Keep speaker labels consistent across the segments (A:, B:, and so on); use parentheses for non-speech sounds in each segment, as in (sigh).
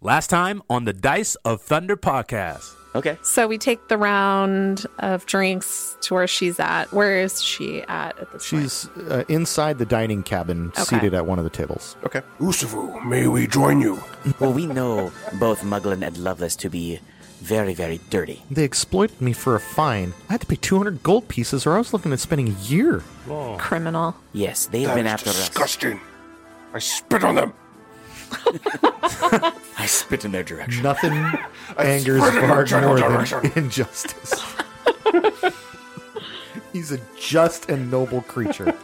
A: Last time on the Dice of Thunder podcast.
B: Okay.
C: So we take the round of drinks to where she's at. Where is she at at this point?
D: She's uh, inside the dining cabin,
C: Okay.
D: seated at one of the tables.
E: Okay.
F: Usufu, may we join you?
B: Well, we know both Muglin and Lovelace to be very, very dirty.
D: They exploited me for a fine. I had to pay 200 gold pieces, or I was looking at spending a year.
C: Criminal.
B: Yes, they have
F: That
B: been
F: is
B: after us.
F: disgusting. I spit on them.
B: I spit in their direction.
D: Nothing angers
F: spread it in
D: Varg
F: a general
D: more than
F: direction.
D: injustice. He's a just and noble creature.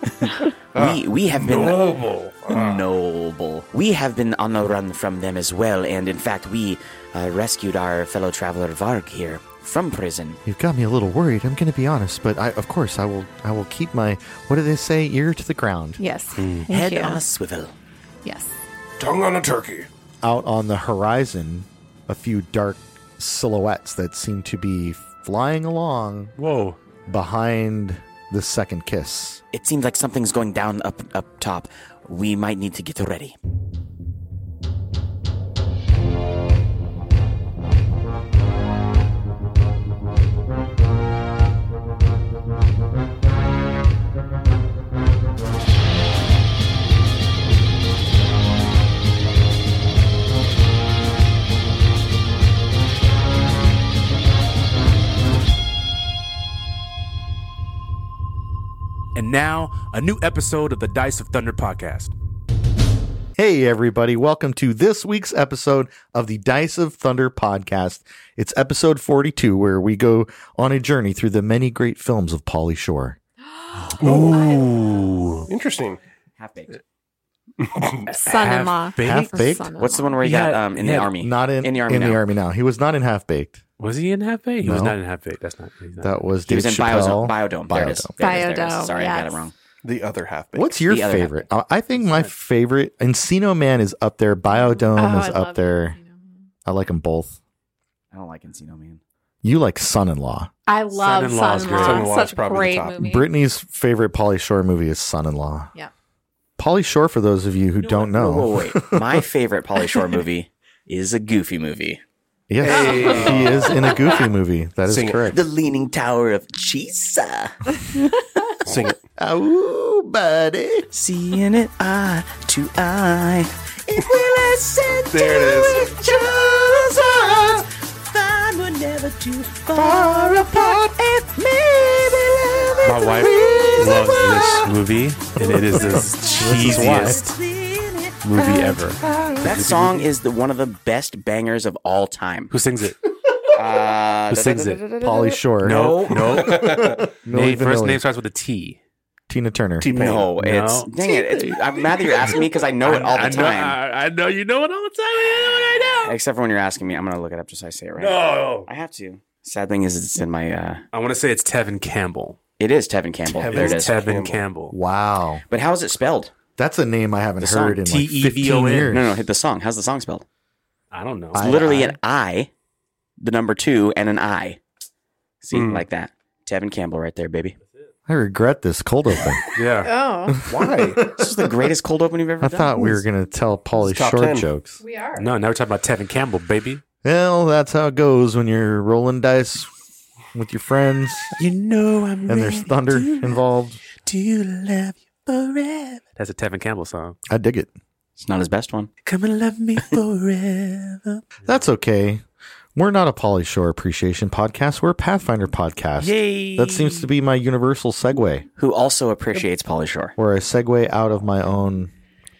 B: we we have been
F: Noble.
B: Ah. noble. We have been on the run from them as well, and in fact, we uh, rescued our fellow traveler Varg here from prison.
D: You've got me a little worried. I'm going to be honest, but I, of course, I will. I will keep my. What do they say? Ear to the ground.
C: Yes. Thank
B: Head
C: you.
B: on a swivel.
C: Yes.
F: Tongue on a turkey.
D: out on the horizon a few dark silhouettes that seem to be flying along
A: Whoa.
D: behind the second kiss.
B: It seems like something's going down up up top. We might need to get ready.
A: And now, a new episode of the Dice of Thunder podcast.
D: Hey, everybody, welcome to this week's episode of the Dice of Thunder podcast. It's episode 42, where we go on a journey through the many great films of Polly Shore.
F: Interesting.
B: Half baked.
C: Son-in-law.
A: Half-baked?
D: Half-baked?
C: Son-in-law.
B: What's the one where he
A: Yeah,
B: got um, in the
A: yeah,
B: army?
D: Not in,
B: in the army. now.
D: now. He was not in Half Baked.
A: Was he in half baked? He was
D: No.
A: not in half baked. That's not. He's not.
D: That was
B: He was
D: Dave
B: in Biodome.
D: Chappelle.
B: Biodome. There it is.
D: Biodome.
B: There it is, there it
C: Biodome,
B: is. Sorry, I got
C: yes.
B: it wrong.
E: (laughs) The other half. baked.
D: What's your
B: The other half
D: favorite? I I think my favorite Encino Man is up there. Biodome
C: Oh,
D: is
C: I love
D: up there.
C: Encino Man.
D: I like them both.
B: I don't like Encino Man.
D: You like Son-in-Law.
C: I love
A: Son-in-Law is
C: Son-in-Law.
A: great.
E: Son-in-Law is
C: Such a
E: probably the
C: great
E: top.
C: movie.
D: Brittany's favorite Polly Shore movie is Son-in-Law.
C: Yeah.
D: Polly Shore, for those of you who don't know,
B: Whoa, wait. My favorite Polly Shore movie is a Goofy movie.
D: yes, he is in a Goofy movie. That is
E: Sing it.
D: correct.
B: The Leaning Tower of Chisa.
E: Sing it.
D: Ooh, buddy.
B: Seeing it eye to eye. It will ascend
E: There it is.
B: to Chisa. Fine, we're never too far apart. If maybe
A: My
B: (laughs)
A: wife loves this movie, and it is the cheesiest movie ever.
B: That song is the one of the best bangers of all time.
A: Who sings it?
B: Uh,
A: Who sings it?
D: Polly Shore.
A: No,
B: (laughs)
A: no.
D: Milli
A: Name, first
D: Vanilli.
A: name starts with a T.
D: Tina Turner.
B: No, it's dang it. It's, I'm mad that you're asking me because I know it all
A: (laughs)
B: the
A: I know,
B: time.
A: I, I know you know it all the time. I know it right
B: Except for when you're asking me, I'm gonna look it up just so I say it right.
A: now. No.
B: I have to. Sad thing is, it's in my. uh
A: I want to say it's Tevin Campbell.
B: It is Tevin Campbell.
E: Tevin
B: there it
A: It's
B: is.
A: Tevin
E: Campbell.
A: Campbell.
D: Wow.
B: But how is it spelled?
D: That's a name I haven't
B: The song,
D: heard in like 15
A: T-E-V-O-N.
D: years.
B: No, no, hit the song. How's the song spelled?
A: I don't know.
B: It's
D: I-
B: literally
D: I-
B: an I, the number two, and an I. See,
E: Mm.
B: like that. Tevin Campbell, right there, baby.
D: I regret this cold open.
A: Yeah.
C: Oh,
E: Why?
B: This is the greatest cold open you've ever
D: (laughs) I
B: done.
D: thought we were going to tell Polly
E: It's top
D: Shore
E: 10.
D: jokes.
C: we are.
A: No, now we're talking about Tevin Campbell, baby.
D: Well, that's how it goes when you're rolling dice with your friends
A: You know I'm
D: and there's thunder involved.
A: to love you forever. That's a Tevin Campbell song.
D: I dig it.
B: It's not his best one.
A: Come and love (laughs) me forever.
D: That's okay. We're not a Polly Shore appreciation podcast. We're a Pathfinder podcast.
A: Yay.
D: That seems to be my universal segue,
B: Who also appreciates Polly Shore.
D: where I segue out of my own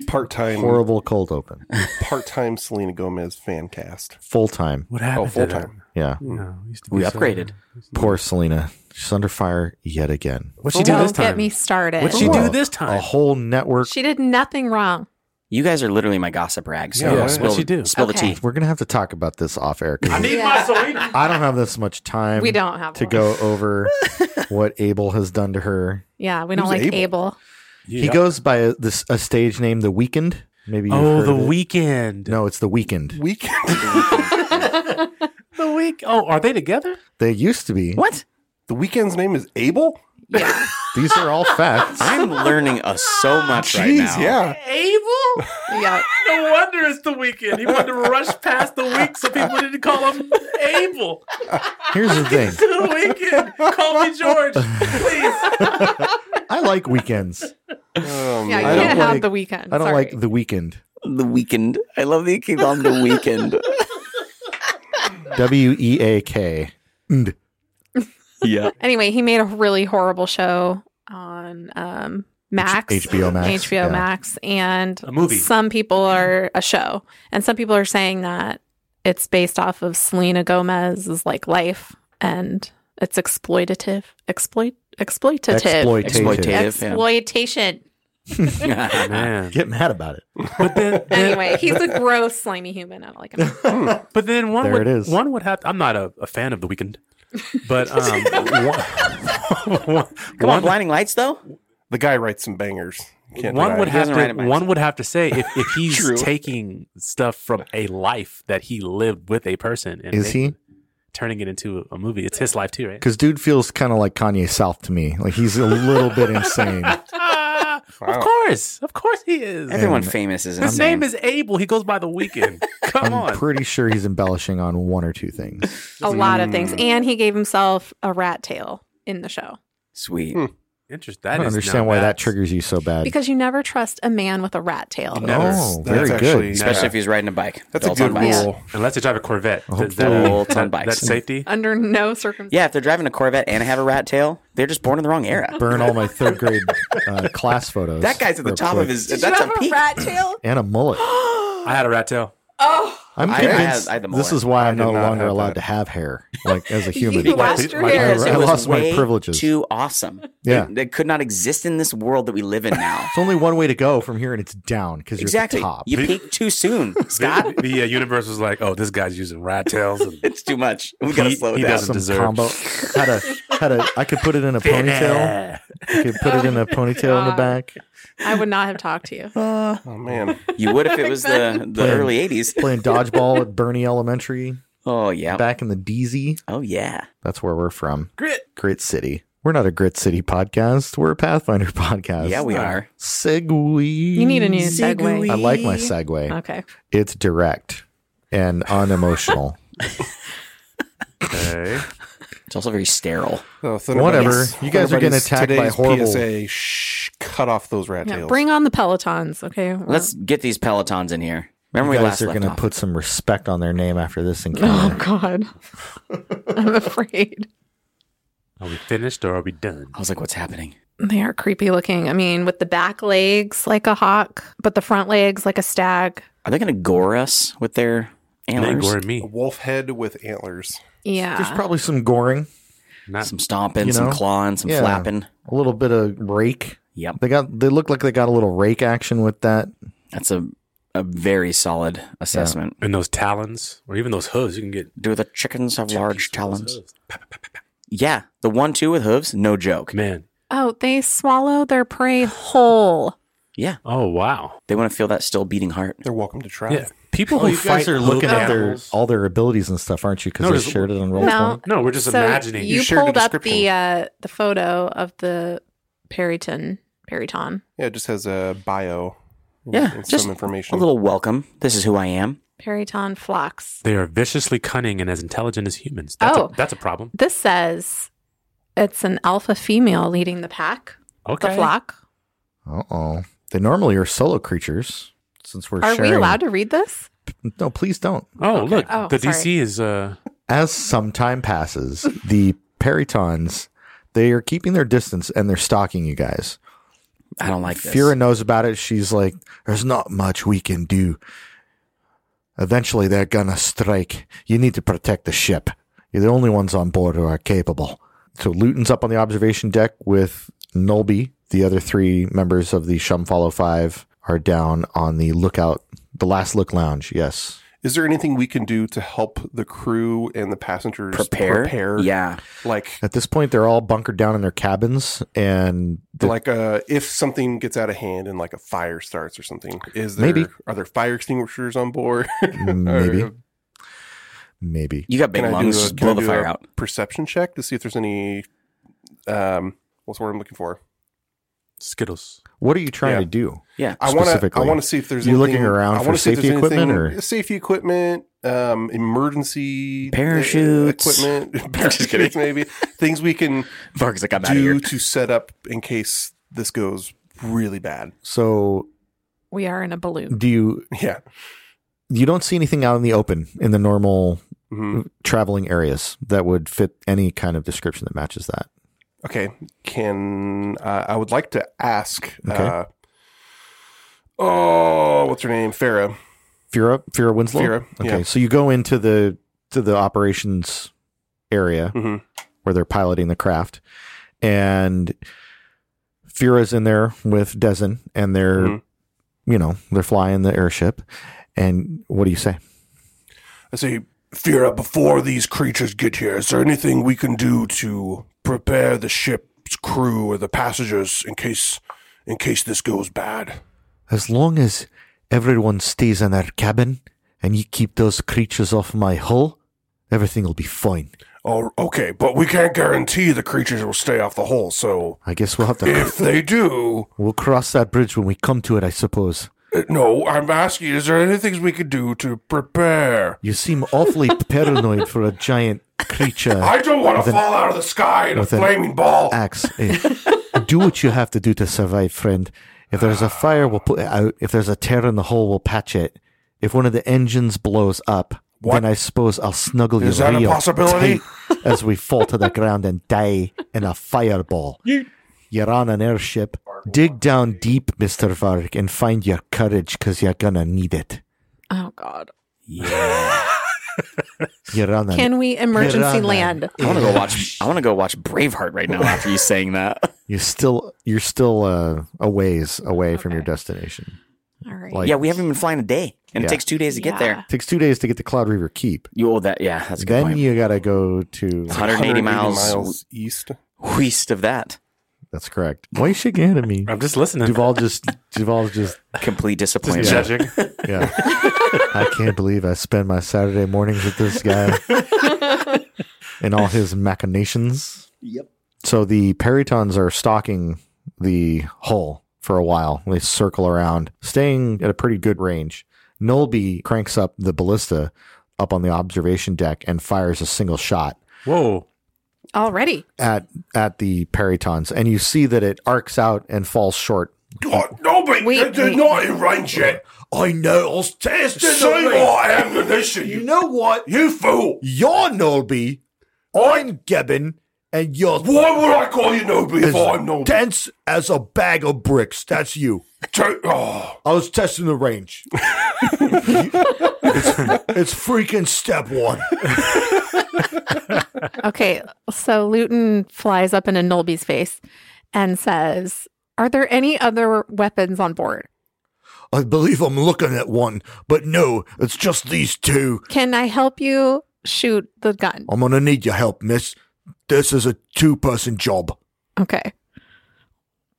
E: Part time.
D: horrible cold open.
E: Part time Selena Gomez fan cast.
D: Full time.
A: What happened?
E: Oh, full
A: to that?
E: time.
D: Yeah.
A: No, it used to be
B: We
A: so-
B: upgraded.
D: Poor Selena. She's under fire yet again.
A: What'd she
C: Don't
A: do this
C: get
A: time? (laughs)
C: me started.
A: What'd she
D: Well,
A: do this time?
D: A whole network.
C: She did nothing wrong.
B: You guys are literally my gossip rag. So
E: Yeah,
B: yeah,
E: why-
B: spill,
A: what'd she do?
B: spill
C: Okay.
B: the tea.
D: We're going to have to talk about this off
A: (laughs)
D: air. 'cause
A: need
C: Yeah.
A: Selena.
D: I don't have this much time
C: We don't have
D: to
C: one.
D: go
A: (laughs)
D: over what Abel has done to her.
C: Yeah, we don't
E: Who's
C: like
E: Abel?
C: Abel.
D: He goes by a, this, a stage name, The Weekend. Maybe you've
A: Oh,
D: heard
A: the
D: of it.
A: weekend.
D: No, it's The Weekend.
E: Weekend.
A: The week. Oh, are they together?
D: They used to be.
B: What?
E: the weekend's name is Abel.
C: Yeah.
D: These are all
B: (laughs)
D: facts.
B: I'm learning us so much right
E: Jeez,
B: now.
E: yeah.
A: Abel?
C: yeah.
A: (laughs) No wonder it's the weekend. He wanted to rush past the week so people didn't call him Abel. (laughs)
D: Here's the thing.
A: To the weekend. Call me George, please.
D: I like weekends.
B: Um,
E: Oh,
C: Yeah. You
D: I don't
C: can't
D: like-
C: have the weekend.
D: I don't
C: Sorry.
D: like the weekend.
B: The weekend. I love that you keep on the weekend.
D: W E A K. And
B: (laughs) (laughs) yeah.
C: Anyway, he made a really horrible show on um, Max,
D: HBO Max,
C: HBO
D: yeah.
C: Max, and
A: A movie.
C: Some people are a show, and some people are saying that it's based off of Selena Gomez's like life, and it's exploitative, exploit, exploitative,
D: Exploitative.
B: Exploitative, yeah.
C: exploitation.
D: (laughs)
G: Man.
D: Get mad about it.
A: But then,
C: Anyway, he's a gross, slimy human. I don't like him.
A: but then one
D: There
A: would
D: it is.
A: one would have. I'm not a, a fan of the weekend, but um, one, (laughs)
B: Come on,
A: one,
B: blinding lights though.
E: The guy writes some bangers. You Can't
A: one
E: deny
A: would
E: it.
A: have
B: doesn't write
A: to
B: it by
A: one would have to say if,
B: (laughs)
A: if
E: True.
A: he's taking stuff from a life that he lived with a person and
D: Is he?
A: turning it into a movie. It's his life too, right?
D: Because dude feels kind of like Kanye South to me. Like he's a little bit
B: (laughs)
D: insane.
A: Ah,
E: Wow.
A: Of course, of course he is.
B: Everyone
D: And-
B: famous is
A: His
B: insane.
A: name is Abel. He goes by the weekend. Come
D: (laughs) I'm
A: on.
D: pretty sure he's embellishing on one or two things.
C: a lot of things, and he gave himself a rat tail in the show
B: sweet.
E: Hmm.
A: Interesting.
D: I don't understand why that triggers you so bad.
C: because you never trust a man with a rat tail.
E: No.
D: oh,
E: That's
D: very
E: actually-
D: good.
B: Especially
E: Yeah.
B: if he's riding a bike.
E: That's a
B: Adults on
E: good
B: bikes.
E: rule.
A: Unless they drive a Corvette. Does that,
D: Hopefully.
B: Adults on
A: that,
B: bikes.
A: that's safety?
C: Under no circumstances.
B: Yeah, if they're driving a Corvette and have a rat tail, they're just born in the wrong era.
D: Burn all my third grade uh,
B: (laughs)
D: class photos.
B: That guy's at the
D: real
B: top
D: quick.
B: of his. That's a peak.
C: rat tail?
D: and a mullet.
B: (gasps)
A: I had a rat tail.
D: I'm
C: Oh,
B: I- I had-
D: convinced
B: I had the mullet.
D: this is why I'm
E: did
D: no
E: not
D: longer
E: have
D: allowed
E: that.
D: to have hair,
B: (laughs)
D: like as a human.
C: You lost your
A: my-
C: hair.
B: Because
D: I
B: it (laughs) was
D: lost my
B: way
D: privileges.
B: Too awesome.
D: Yeah.
B: They, they could not exist in this world that we live in
D: (laughs)
B: now.
D: It's only one way to go from here, and it's down because you're
B: exactly.
D: at the top.
B: You peaked too
D: (laughs)
B: soon, Scott.
A: The, the, uh, universe was like, oh, this guy's using rat
B: (laughs)
A: tails. And
B: it's too much. We've got to
A: He-
B: slow
A: he
B: down.
A: doesn't-
D: Some
A: deserve.
D: combo. Had a had a. I could put it in
B: (laughs)
D: a ponytail. I could put it
B: Oh
D: in a ponytail in the
C: God.
D: back.
C: I would not have talked to you.
D: Uh,
E: Oh man,
F: (laughs)
B: You would if it was the, the
D: Yeah.
B: early 80s.
D: playing dodgeball at Bernie Elementary
B: Oh, yeah.
D: back in the DZ.
B: Oh, yeah.
D: That's where we're from.
A: Grit.
D: Grit City. We're not a Grit City podcast. We're a Pathfinder (laughs) podcast.
B: Yeah, we are.
D: Segway.
C: You need a new Uh, segue.
D: I like my segue.
C: Okay.
D: It's direct and unemotional.
A: Okay.
B: It's also very sterile.
E: Oh, Thunderbuds-
D: Whatever. You guys are getting
E: Thunderbuds,
D: attacked by
E: today's
D: horrible-
E: PSA, shh, cut off those rat
C: Yeah,
E: tails.
C: bring on the Pelotons. Okay. We're-
B: Let's get these Pelotons in here. (laughs) Remember
D: you
B: we last
D: guys are
B: left
D: going to
B: off.
D: put some respect on their name after this
C: (laughs) Oh,
D: encounter.
C: God. I'm afraid.
A: Are we finished or are we done?
B: I was like, what's happening?
C: They are creepy looking. I mean, with the back legs like a hawk, but the front legs like a stag.
B: Are they going to gore us with their antlers?
A: Mango and
E: A
A: me.
E: wolf head with antlers.
D: There's
C: Yeah.
D: probably some goring,
A: Not
B: Some stomping,
D: You
B: some
D: know?
B: clawing, some
D: Yeah.
B: flapping.
D: a little bit of rake.
B: Yep.
D: They got they look like they got a little rake action with that.
B: That's a, a very solid assessment.
A: and those talons or even those hooves. You can get
B: Do the chickens have large talons?
A: Hooves.
B: Yeah, the one two with hooves, no joke.
A: Man.
C: oh, they swallow their prey whole.
B: Yeah,
A: Oh, wow.
B: they want to feel that still beating heart.
E: They're welcome to try.
A: Yeah. People
D: Oh,
A: who
D: you guys
A: fight
D: are looking
A: hoofed
D: at their
A: animals-
D: all their abilities and stuff, aren't you? Because
A: No,
D: they
A: just-
D: shared it on roll
C: No.
D: twenty.
A: No, we're just
C: so
A: imagining.
C: You,
E: You shared the
C: pulled up the
E: description.
C: uh, the photo of the Periton. Periton.
E: Yeah, it just has a bio. and-
B: Yeah,
E: and
B: just
E: some
B: A
E: information.
B: little welcome. This is who I am.
C: Periton flocks.
A: They are viciously cunning and as intelligent as humans. That's,
C: Oh.
A: a, that's a problem.
C: This says it's an alpha female leading the pack,
A: Okay.
C: the flock.
D: Uh oh. They normally are solo creatures. Since we're
C: Are
D: sharing,
C: we allowed to read this?
D: No, please don't.
A: Oh, look.
C: Oh,
A: the
C: sorry.
A: DC is. uh
D: As some time passes, the Peritons they are keeping their distance and they're stalking you guys.
B: I don't like this.
D: Fira knows about it. She's like, "There's not much we can do. Eventually, they're gonna strike. You need to protect the ship. You're the only ones on board who are capable." So Luton's up on the observation deck with Nolby. The other three members of the Shum Follow Five are down on the lookout, the last look lounge. Yes,
E: Is there anything we can do to help the crew and the passengers
B: prepare.
E: prepare?
B: Yeah,
E: Like,
D: at this point, they're all bunkered down in their cabins, and the-
E: like uh, if something gets out of hand and like a fire starts or something, is there
D: Maybe.
E: are there fire extinguishers on board? (laughs)
D: maybe,
E: Or
D: maybe
B: you got big
E: can I do
B: lungs.
E: a-
B: Just
E: can I
B: blow the
E: do
B: fire
E: a
B: out.
E: Perception check to see if there's any um What's the word I'm looking for?
A: Skittles.
D: What are you trying
E: Yeah.
D: to do?
B: Yeah.
E: I want to. I
D: Specifically.
E: want to see if there's.
D: You looking
E: anything-
D: around
E: I
D: for
E: wanna see if
D: safety
E: there's
D: equipment
E: anything-
D: or-
E: safety equipment, um, emergency
B: Parachutes.
D: (laughs)
E: uh, equipment, (laughs) parachutes
B: kidding.
E: maybe things we can
B: Varg's like, I'm out of
E: do
B: here.
E: to set up in case this goes really bad. (laughs)
D: So
C: We are in a balloon.
D: do you?
E: Yeah.
D: You don't see anything out in the open in the normal
E: hmm
D: traveling areas that would fit any kind of description that matches that.
E: Okay. Can uh, I would like to ask?
D: Okay.
E: Uh, oh, what's her name? Farah.
D: Fira, Fira Winslow.
E: Fira,
D: Okay,
E: yeah.
D: so you go into the to the operations area
E: Mhm.
D: where they're piloting the craft, and Fira's in there with Dezen, and they're
E: Mhm.
D: you know they're flying the airship. And what do you say?
F: I say, Fira, before these creatures get here, is there anything we can do to prepare the ship's crew or the passengers in case in case this goes bad?
D: As long as everyone stays in their cabin and you keep those creatures off my hull, everything will be fine.
F: Oh, okay, but we can't guarantee the creatures will stay off the hole. So
D: I guess we'll have to
F: if they do,
D: we'll cross that bridge when we come to it. I suppose.
F: uh, no, I'm asking, is there anything we could do to prepare?
D: You seem awfully
F: (laughs)
D: paranoid for a giant creature.
F: I don't
D: Uh,
F: want
D: With
F: to
D: an-
F: fall out of the sky in a
D: with an
F: flaming ball.
D: axe. Eh, Do what you have to do to survive, friend. If there's a fire, we'll put it out. If there's a tear in the hull, we'll patch it. If one of the engines blows up, then I suppose I'll snuggle
F: Is
D: you
F: that a
D: real
F: possibility?
D: tight as we fall to the ground and die in a fireball. You're on an airship. Dig down deep, Mr. Varg, and find your courage because you're going to need it.
C: Oh God!
D: You're on an
C: Can we
D: you're on
C: emergency
D: an
C: land?
B: I want to go
D: air-
E: (laughs)
B: watch. I want to go watch Braveheart right now after you saying that.
D: You're still, you're still uh, a ways away from your destination.
C: All right.
D: Like-
B: yeah, we haven't even flown a day, and
D: Yeah.
B: it takes two days to get
C: Yeah.
B: there.
D: takes two days to get to Cloud Reaver Keep.
B: You owe that. Yeah, that's a good
D: then
B: point.
D: you gotta go to.
B: 180, miles,
E: east.
B: west of that.
D: That's correct. Why are you shaking your head at me?
B: (laughs)
A: I'm just listening.
D: Duval just. Duval's just.
B: Complete disappointment.
D: Yeah.
A: Judging.
D: (laughs) Yeah. I can't believe I spend my Saturday mornings with this guy and all his machinations. Yep. So the Peritons are stalking the hull for a while. They circle around, staying at a pretty good range. Nolby cranks up the ballista up on the observation deck and fires a single shot.
A: Whoa.
C: Already.
D: at at the peritons and you see that it arcs out and falls short
F: God, Oh, no, but
C: Wait,
F: they're, they're
C: wait.
F: not in range yet.
D: i know i'll test
F: Say more ammunition, you,
D: know what
F: you fool.
D: you're nolby i'm gebbin and you're
F: Why would I call you Nobi if I'm not?
D: dense as a bag of bricks that's you
F: Don't- oh,
D: i was testing the range it's, it's freaking step one
C: Okay. So Luton flies up into Nolby's face and says, "Are there any other weapons on board?
D: i believe i'm looking at one but no it's just these two
C: Can I help you shoot the gun?"
D: i'm gonna need your help miss this is a two-person job
C: Okay.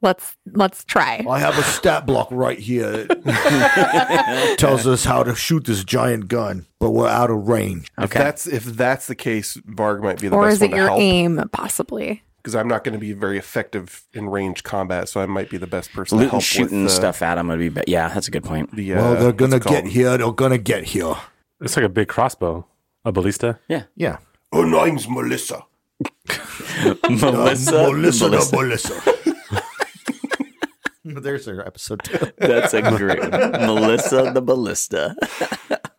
C: Let's let's try.
D: I have a stat block right here. that tells us how to shoot this giant gun, but we're out of range.
E: If
B: Okay.
E: that's if that's the case, Varg might be the
C: Or
E: best
C: is it
E: one
C: your
E: to help
C: aim possibly?
E: because I'm not going to be very effective in range combat, so I might be the best person (laughs) to
B: Looting,
E: help
B: shooting
E: with the,
B: stuff at him would be. Be- yeah, that's a good
E: (laughs)
B: point.
E: The, uh,
D: well, Oh, they're gonna
E: what's it
D: get
E: called?
D: here. They're gonna get here.
A: It's like a big crossbow. A ballista.
D: Yeah,
F: her name's Melissa.
B: Melissa,
D: Melissa,
B: Melissa.
D: the Melissa. (laughs) There's our episode. Two.
B: That's a great
E: (laughs)
B: one. Melissa the ballista.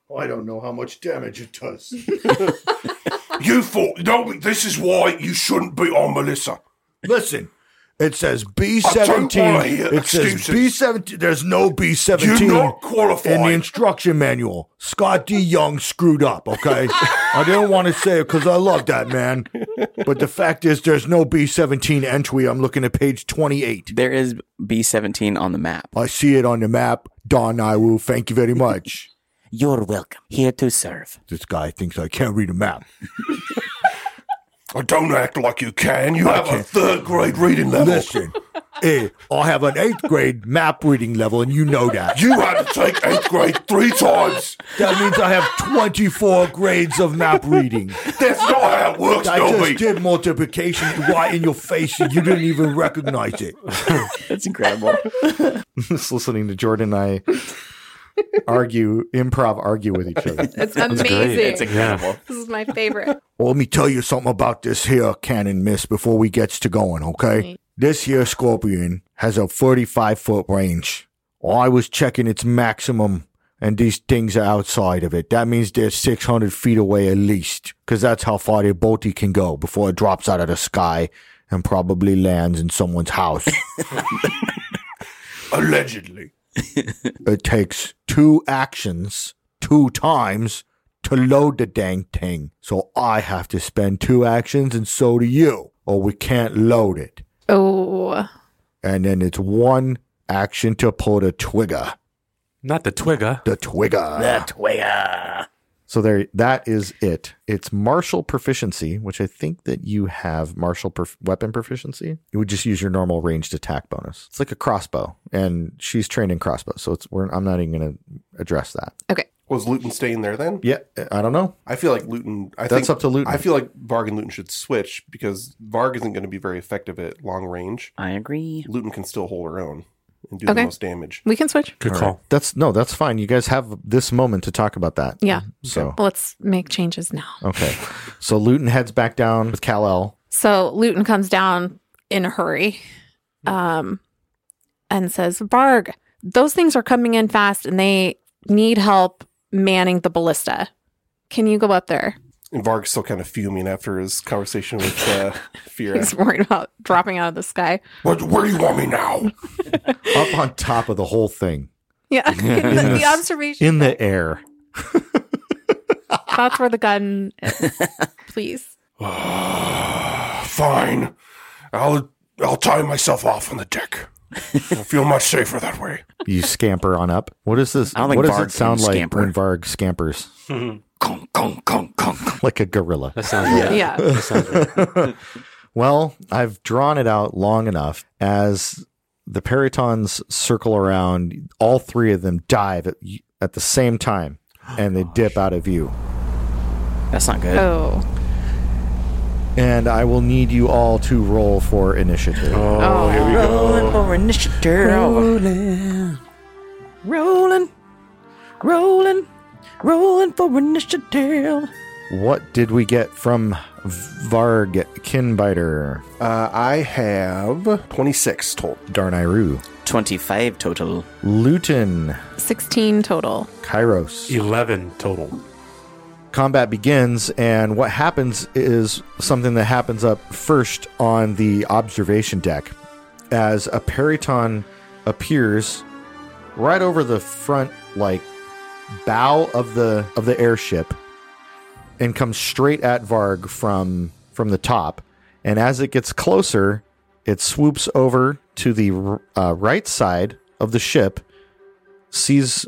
F: Oh, I don't know how much damage it does. (laughs) you fool. No, this is why you shouldn't be on Melissa.
D: (laughs) Listen, it says B
F: I don't wanna
D: seventeen.
F: hear
D: It says
F: excuses.
D: B seventeen. There's no B
F: You're
D: seventeen
F: not
D: in the
F: qualified.
D: instruction manual. Scott D. Young screwed up. (laughs) Okay, I didn't want to say it because I love that man, but the fact is, there's no B seventeen entry. I'm looking at page twenty eight.
B: There is B seventeen on the map.
D: I see it on the map. Don Iwu, thank you very much.
B: You're welcome. Here to serve.
D: (laughs) this guy thinks I can't read a
F: (laughs)
D: map.
F: Oh, I don't act like you can. You have a third grade reading level.
D: Listen, Hey, I have an eighth grade map reading level, and you know that.
F: You had to take eighth grade three times.
D: That means I have 24 grades of map reading.
F: That's not how it works,
D: I
F: Dobby.
D: just did multiplication right in your face, and you didn't even recognize it.
B: That's incredible.
D: Just listening to Jordan and I argue, improv argue with each other.
C: It's amazing.
B: It's incredible.
C: this is my favorite.
D: Well, let me tell you something about this here cannon miss before we gets to going, okay? This here scorpion has a 35 foot range. Oh, I was checking its maximum, and these things are outside of it. That means they're 600 feet away at least, because that's how far the bolty can go before it drops out of the sky and probably lands in someone's house.
F: Allegedly.
D: it takes two actions, two times to load the dang thing. So I have to spend two actions and so do you, or we can't load it.
C: Oh,
D: And then it's one action to pull the twigger.
A: Not the twigger.
D: The twigger.
B: uh,
D: So there, that is it. It's martial proficiency, which I think that you have martial prof- weapon proficiency. You would just use your normal ranged attack bonus. It's like a crossbow, and she's trained in crossbow, so it's. We're, I'm not even going to address that.
E: Was Luton staying there then?
D: Yeah, I don't know.
E: I feel like Luton. I
D: That's
E: think,
D: up to Luton.
E: I feel like Varg and Luton should switch because Varg isn't going to be very effective at long range.
B: I agree.
E: Luton can still hold her own and do
C: Okay.
E: the most damage.
C: we can switch.
A: Good
D: All
A: call.
D: right. That's no, that's fine. You guys have this moment to talk about that.
C: Yeah.
D: So
C: Let's make changes now.
D: okay, so Luton heads back down with Kal El.
C: So Luton comes down in a hurry um, and says, Barg, those things are coming in fast and they need help manning the ballista. Can you go up there?
E: And Varg's still kind of fuming after his conversation with uh,
C: (laughs)
E: Fira.
C: He's worried about dropping out of the sky.
F: What, where do you want me now? (sighs)
D: up on top of the whole thing
C: Yeah.
D: (laughs)
C: the,
D: In
C: the
D: the-
C: observation.
D: in the air.
C: That's where the gun is. Please.
F: Fine. I'll I'll tie myself off on the deck. I feel much safer that way.
D: you scamper on up. What is this?
B: I don't think
D: What does
B: Varg
D: it sound
B: can
D: like
B: scamper.
D: when Varg scampers? (laughs)
B: Conk, conk, conk, conk.
D: Like a gorilla.
A: That sounds right.
C: Yeah.
A: That sounds (laughs) right.
D: Well, I've drawn it out long enough as the peritons circle around. All three of them dive at, at the same time and they dip out of view.
B: That's not good.
C: Oh.
D: And I will need you all to roll for initiative.
A: Oh, here we go.
B: Rolling for initiative. Rolling. Rolling. Rolling. Rolling for initiative.
D: What did we get from Varg Kinbiter
E: Uh, I have 26 total.
D: Darnayru?
B: 25 total.
D: Luton,
C: 16 total.
D: Kairos.
A: 11 total.
D: combat begins and what happens is something that happens up first on the observation deck as a periton appears right over the front like bow of the of the airship and comes straight at Varg from from the top and as it gets closer it swoops over to the uh, right side of the ship sees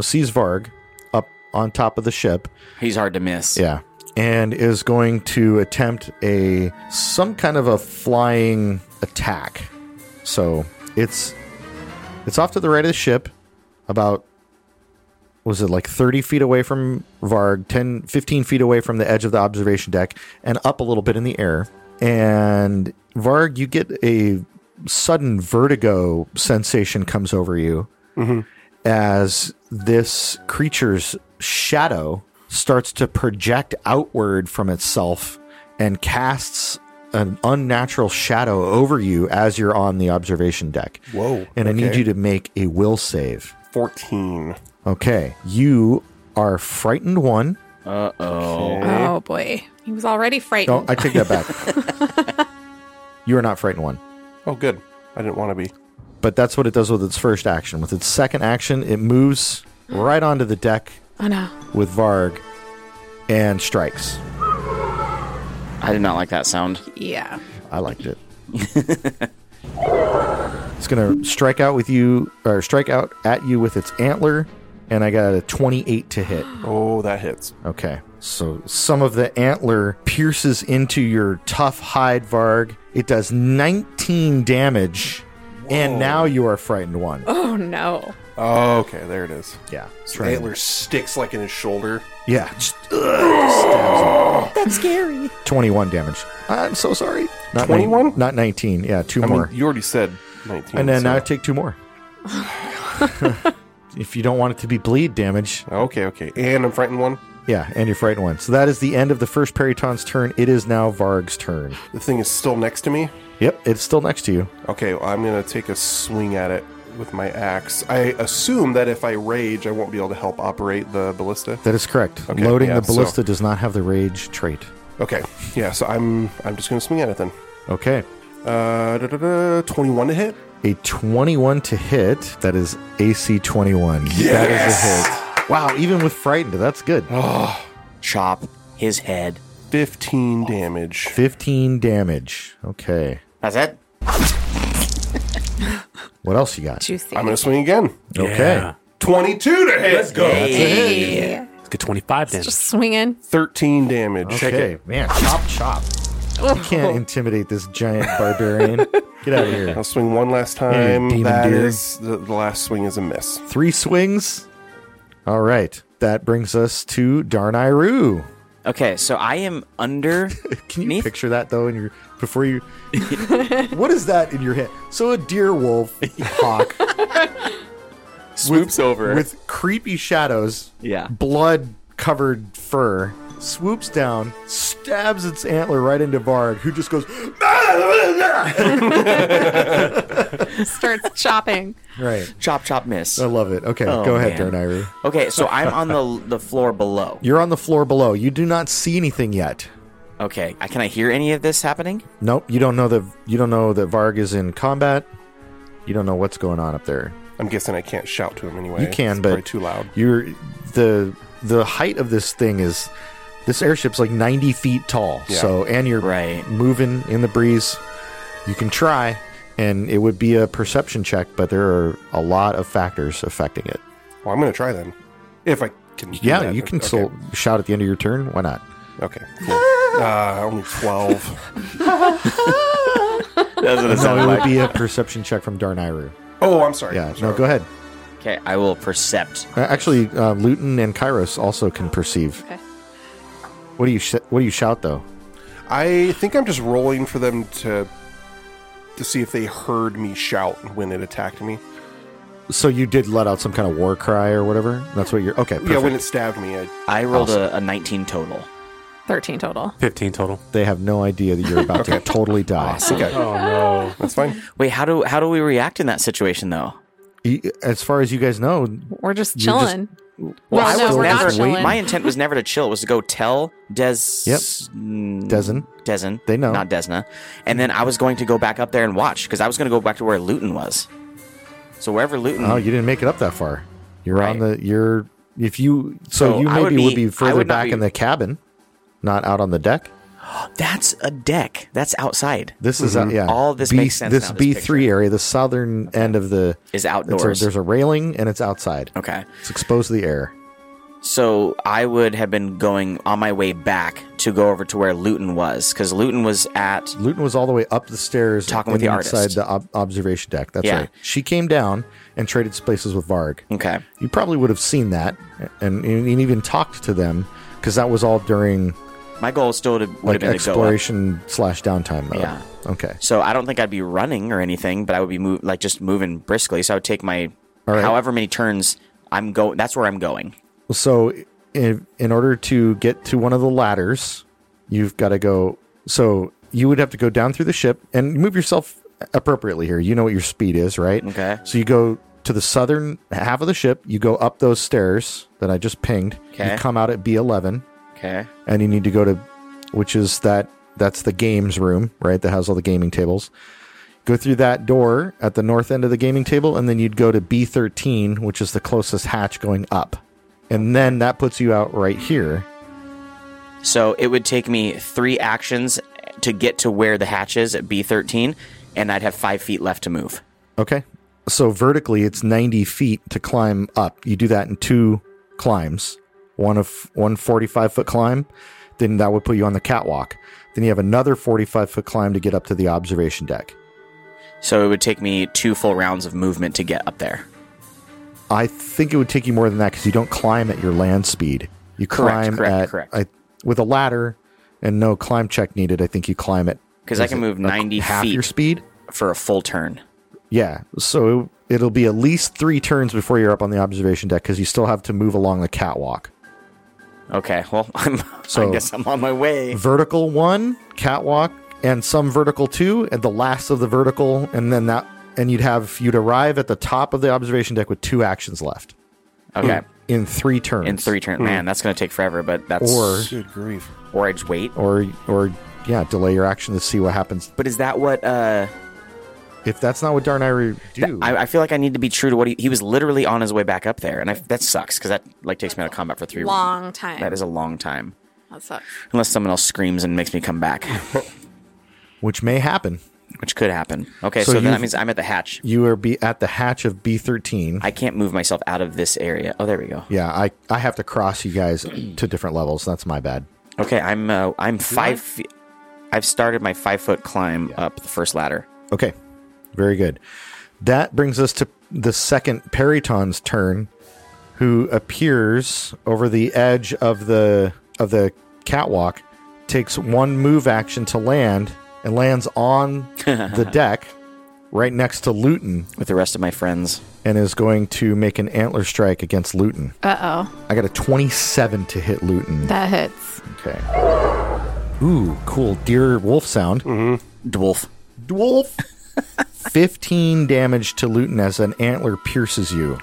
D: sees Varg up on top of the ship
B: He's hard to miss.
D: yeah. And is going to attempt a some kind of a flying attack. So it's it's off to the right of the ship, about was it like 30 feet away from Varg, 10, 15 feet away from the edge of the observation deck, and up a little bit in the air. And Varg, you get a sudden vertigo sensation comes over you
E: Mm-hmm.
D: as this creature's shadow starts to project outward from itself and casts an unnatural shadow over you as you're on the observation deck.
E: Whoa,
D: And I need
E: okay.
D: you to make a will save.
E: 14.
D: Okay. You are frightened one.
B: Uh oh.
C: Oh, boy. He was already
D: No,
C: frightened.
D: Oh, I take that back. you are not frightened one.
E: Oh, good. I didn't want to be.
D: But that's what it does with its first action. With its second action, it moves right onto the deck
C: Oh, no.
D: with Varg and strikes.
B: I did not like that sound.
C: Yeah.
D: I liked it. it's gonna strike out with you or strike out at you with its antler, and I got a twenty-eight to hit.
E: Oh, that hits.
D: Okay. So some of the antler pierces into your tough hide, Varg, It does 19 damage, and now you are frightened one.
C: Oh no.
E: Oh, okay, there it is.
D: Yeah,
E: Antler sticks like in his shoulder.
D: Yeah, just, ugh, That's scary. 21 damage. I'm so sorry. Not
E: 21?
D: nine- Not 19. Yeah, two
E: I
D: more.
E: mean, you already said 19.
D: and then
E: so-
D: I take two
E: (laughs)
D: more. if you don't want it to be bleed damage,
E: Okay, okay. And I'm frightened one.
D: yeah, and you're frightened one. So that is the end of the first Periton's turn. It is now Varg's turn.
E: The thing is still next to me.
D: Yep, it's still next to you.
E: Okay, well, I'm gonna take a swing at it with my axe. I assume that if I rage, I won't be able to help operate the ballista.
D: That is correct.
E: Okay,
D: Loading
E: yeah,
D: the ballista does not have the rage trait.
E: Okay, yeah. So I'm I'm just gonna swing at it then.
D: Okay.
E: Uh, da, da, da, 21 to hit.
D: A 21 to hit. That is AC 21. That is a hit. Wow, even with frightened, that's good.
E: Oh.
B: Chop his head.
E: 15 damage.
D: 15 damage. Okay.
B: That's it.
D: What else you got?
C: Juicy.
E: I'm gonna swing again.
D: Okay.
E: 22 to hit. Let's go.
A: Let's get 25 damage.
C: Just swinging.
E: 13 damage.
D: Okay, man. Chop, chop. You
E: Oh.
D: can't intimidate this giant
E: (laughs)
D: barbarian. Get out of here.
E: I'll swing one last time.
D: demon
E: That
D: deer.
E: is the, the last swing is a miss.
D: Three swings. All right. That brings us to Darnayru.
B: Okay, so I am (laughs) under.
D: Can you
B: Neath?
D: picture that though in your
B: (laughs)
D: before you What is that in your head? So a deer wolf hawk
B: (laughs) swoops over.
D: with creepy shadows,
B: Yeah.
D: blood covered fur, swoops down, stabs its antler right into Varg, who just goes (gasps)
C: Starts chopping.
D: Right.
B: chop, chop, miss.
D: I love it. Okay,
B: Oh,
D: go ahead,
B: man.
D: Darnayru.
B: Okay, so I'm on (laughs) the the floor below.
D: You're on the floor below. You do not see anything yet.
B: Okay, I- can I hear any of this happening?
D: Nope, you don't know that you don't know that Varg is in combat. You don't know what's going on up there.
E: I'm guessing I can't shout to him anyway.
D: You can,
E: It's
D: but
E: probably too loud.
D: You're the the height of this thing is this airship's like 90 feet tall.
E: Yeah.
D: So and you're
B: Right.
D: moving in the breeze. You can try, and it would be a perception check, but there are a lot of factors affecting it.
E: Well, I'm gonna try then. If I can. do
D: Yeah,
E: that.
D: you can
E: Okay.
D: still shout at the end of your turn. Why
E: (laughs)
D: not?
E: Okay. Cool. uh, only 12.
B: That's what
D: No, it would be a perception check from Darnayru.
E: Oh, I'm sorry.
D: Yeah,
E: I'm
D: no,
E: sorry.
D: go ahead.
B: Okay, I will percept.
D: Uh, Actually, uh, Luton and Kairos also can perceive.
C: Okay.
D: What do you sh- What do you shout though?
E: I think I'm just rolling for them to to see if they heard me shout when it attacked me.
D: So you did let out some kind of war cry or whatever. That's what you're. Okay, perfect.
E: Yeah, when it stabbed me, I,
B: I rolled a, a 19 total.
C: 13 total.
A: 15 total.
D: they have no idea that
B: (laughs)
D: you're about to totally die.
E: okay,
A: Oh, no.
E: that's fine.
B: Wait, how do how do we react in that situation though?
D: You- As far as you guys know,
C: We're just
D: You're just-
C: chilling.
D: Well,
C: well,
D: I was
C: no, we're
D: never-
C: not chilling.
B: My intent was never to chill. It was to go tell Des.
D: Yep.
B: mm,
D: Dezen.
B: Dezen.
D: They know.
B: Not Desna. And then I was going to go back up there and watch because I was going to go back to where Luton was. So wherever Luton.
D: oh, you didn't make it up that far. You're on
B: Right.
D: the. You're if you. So,
B: So
D: you
B: I
D: maybe
B: would
D: would be,
B: be- I
D: further
B: would not
D: back
B: be-
D: in the cabin, not out on the deck.
B: That's a deck. That's outside.
D: This is uh, yeah.
B: Mm-hmm. All this
D: B,
B: makes sense
D: This
B: now, this
D: B three area, the southern end of the
B: Is
D: it's a-
B: outdoors.
D: there's a railing and it's outside.
B: okay.
D: It's exposed to the air.
B: So I would have been going on my way back to go over to where Luton was because Luton was at.
D: Luton was all the way up the stairs,
B: Talking
D: and
B: with the
D: inside
B: artist.
D: the ob- observation deck. That's
B: Yeah.
D: right. She came down and traded places with Varg.
B: Okay.
D: You probably would have seen that, and, and even talked to them because that was all during
B: My goal still to, would have been
D: like
B: to go up.
D: exploration slash downtime. Though.
B: Yeah.
D: Okay.
B: So I don't think I'd be running or anything, but I would be move, like just moving briskly. So I would take my
D: All right.
B: however many turns I'm going. That's where I'm going.
D: So, in, in order to get to one of the ladders, you've got to go. So you would have to go down through the ship and move yourself appropriately here. You know what your speed is, right?
B: Okay.
D: So you go to the southern half of the ship. You go up those stairs that I just pinged.
B: Okay.
D: You come out at B eleven.
B: Okay.
D: and you need to go to which is that that's the games room right that has all the gaming tables go through that door at the north end of the gaming table and then you'd go to b13 which is the closest hatch going up and then that puts you out right here
B: So it would take me three actions to get to where the hatch is at B13, and I'd have five feet left to move.
D: okay so vertically it's 90 feet to climb up you do that in two climbs one of one 45 foot climb then that would put you on the catwalk. Then you have another 45 foot climb to get up to the observation deck.
B: So it would take me two full rounds of movement to get up there.
D: I think it would take you more than that because you don't climb at your land speed. You
B: Correct,
D: climb
B: correct,
D: at
B: correct.
D: I, with a ladder and no climb check needed. I think you climb it
B: 'Cause I can move 90
D: half
B: feet.
D: your speed.
B: for a full turn.
D: Yeah, so it'll be at least three turns before you're up on the observation deck because you still have to move along the catwalk.
B: Okay, well, (laughs) I'm,
D: So-
B: I guess I'm on my
D: (laughs)
B: way.
D: Vertical one, catwalk, and some vertical two, and the last of the vertical, and then that, and you'd have you'd arrive at the top of the observation deck with two actions left
B: Okay,
D: in three turns.
B: in three turns. Man, that's going to take forever, but that's.
D: hmm. Or-
E: Good grief.
B: Or I just wait.
D: or or yeah, delay your action to see what happens.
B: But is that what. uh
D: If that's not what Darnayri do,
B: I, I feel like I need to be true to what he, he was literally on his way back up there, and I, that sucks because that like takes me out of combat for three.
C: Long time.
B: That is a long time,
C: That sucks.
B: unless someone else screams and makes me come back,
D: which may happen,
B: which could happen. Okay,
D: So
B: so, then
D: you've-
B: that means I'm at the hatch.
D: you are be at the hatch of B thirteen.
B: I can't move myself out of this area. Oh, there we go.
D: Yeah, I I have to cross you guys to different levels. That's my bad.
B: Okay, I'm uh, I'm five. feet. I've started my five foot climb up the first ladder.
D: Okay, very good. That brings us to the second Periton's turn, who appears over the edge of the of the catwalk, takes one move action to land, and lands
B: (laughs)
D: on the deck, right next to Luton,
B: with the rest of my friends.
D: and is going to make an antler strike against Luton.
C: Uh oh.
D: I got a twenty-seven to hit Luton.
C: That hits.
D: Okay. Ooh, cool deer wolf sound.
B: Dwarf.
D: (laughs) Dwarf. 15 damage to Luton as an antler pierces you.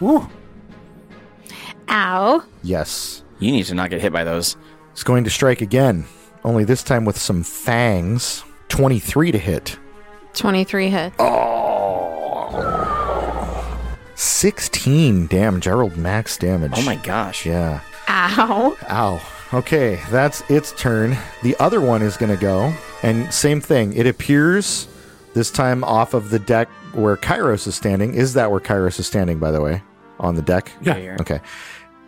C: Ow.
D: Yes.
B: You need to not get hit by those.
D: It's going to strike again, only this time with some fangs. 23 to hit.
C: 23 hits.
D: Oh. 16 damage. I rolled max damage.
B: Oh my gosh.
D: Yeah.
C: Ow.
D: Ow. Okay, that's its turn. The other one is going to go, and same thing. It appears this time off of the deck where Kairos is standing. Is that where Kairos is standing, by the way? On the deck?
A: Yeah.
D: Okay.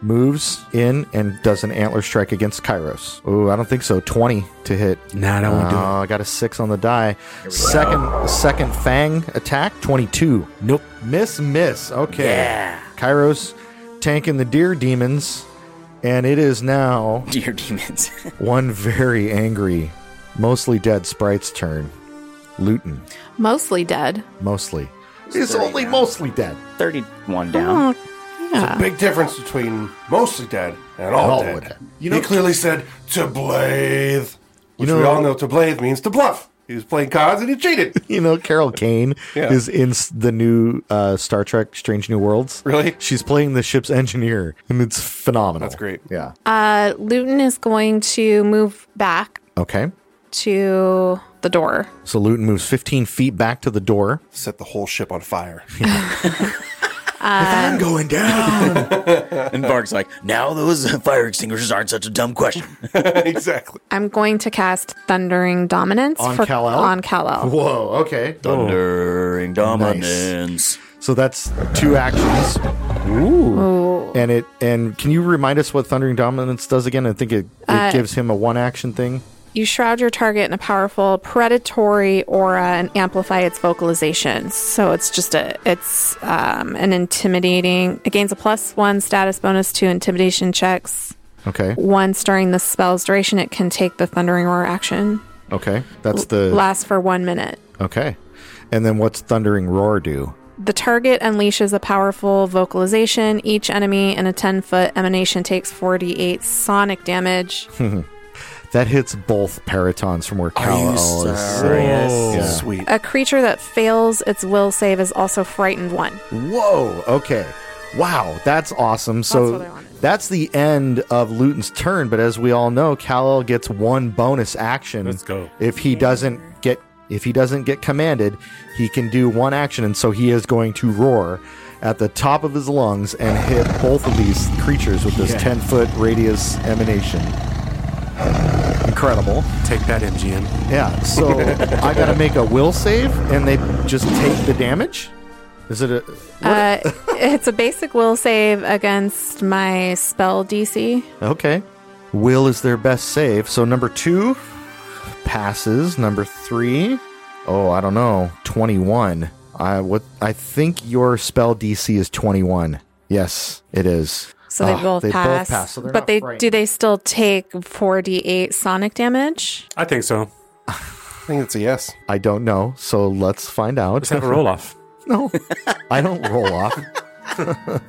D: Moves in and does an antler strike against Kairos. Oh, I don't think so. 20 to hit.
A: Nah, that won't do
D: Oh,
A: it.
D: I got a six on the die. Second second fang attack, 22.
A: Nope.
D: Miss, miss. Okay. Kairos tanking the deer demons, and it is now
B: (laughs) Dear demons. (laughs)
D: one very angry, mostly dead sprite's turn. Luton,
C: Mostly dead.
D: mostly. It's only mostly dead.
B: 31 down.
C: Yeah.
F: Big difference between mostly dead and all,
D: All
F: dead.
D: dead.
F: You know, he clearly said to blathe, which
D: know-
F: we all know to blathe means to bluff. He was playing cards and
E: (laughs)
F: he cheated.
D: (laughs) You know, Carol Kane
F: (laughs) Yeah.
D: is in s- the new uh, Star Trek Strange New Worlds.
F: Really?
D: She's playing the ship's engineer, and it's phenomenal.
F: That's great.
D: Yeah.
C: Uh, Luton is going to move back
D: Okay.
C: to the door.
D: So Luton moves 15 feet back to the door.
E: Set the whole ship
D: (laughs)
E: on fire.
A: I'm going down.
B: And Barg's like, now those fire extinguishers aren't such a dumb question.
E: exactly.
C: I'm going to cast Thundering Dominance
D: On
C: for-
D: Kal-El?
C: On Kal-El.
D: (laughs) Whoa. Okay.
B: During
D: dominance. So that's two actions.
C: Ooh.
D: And it and can you remind us what Thundering Dominance does again? I think it, it gives him a one action thing.
C: You shroud your target in a powerful predatory aura and amplify its vocalizations. So it's just a it's um, an intimidating. It gains a plus one status bonus to intimidation checks.
D: Okay.
C: Once during the spell's duration, it can take the thundering roar action.
D: Okay. That's the
C: Lasts for one minute.
D: Okay. And then what's Thundering Roar do?
C: The target unleashes a powerful vocalization. Each enemy in a 10 foot emanation takes 48 sonic damage.
D: That hits both Peritons from where Kal El is.
E: Sweet.
C: a creature that fails its will save is also frightened one.
D: Whoa. Okay. Wow. That's awesome.
C: That's
D: So
C: what I wanted.
D: that's the end of Luton's turn. But as we all know, Kal El gets one bonus action.
A: Let's go.
D: If he doesn't get if he doesn't get commanded, he can do one action, and so he is going to roar at the top of his lungs and hit both of these creatures with this ten foot radius emanation. Incredible.
A: Take that, MGM.
D: Yeah, so I gotta make a will save, and they just take the damage. Is it a?
C: Uh,
D: (laughs)
C: it's a basic will save against my spell DC.
D: Okay, Will is their best save. So number two passes. Number three, oh, I don't know, twenty-one. I what? I think your spell DC is twenty-one. Yes, it is.
C: So they
D: Ah,
C: both pass.
D: so they're
C: but
D: not
C: they
D: frightened.
C: do they still take 4d8 sonic damage?
A: I think so.
E: I think it's a yes.
D: I don't know. So let's find
A: (laughs)
D: out.
A: Let's have a roll off.
D: No, I don't roll off. (laughs)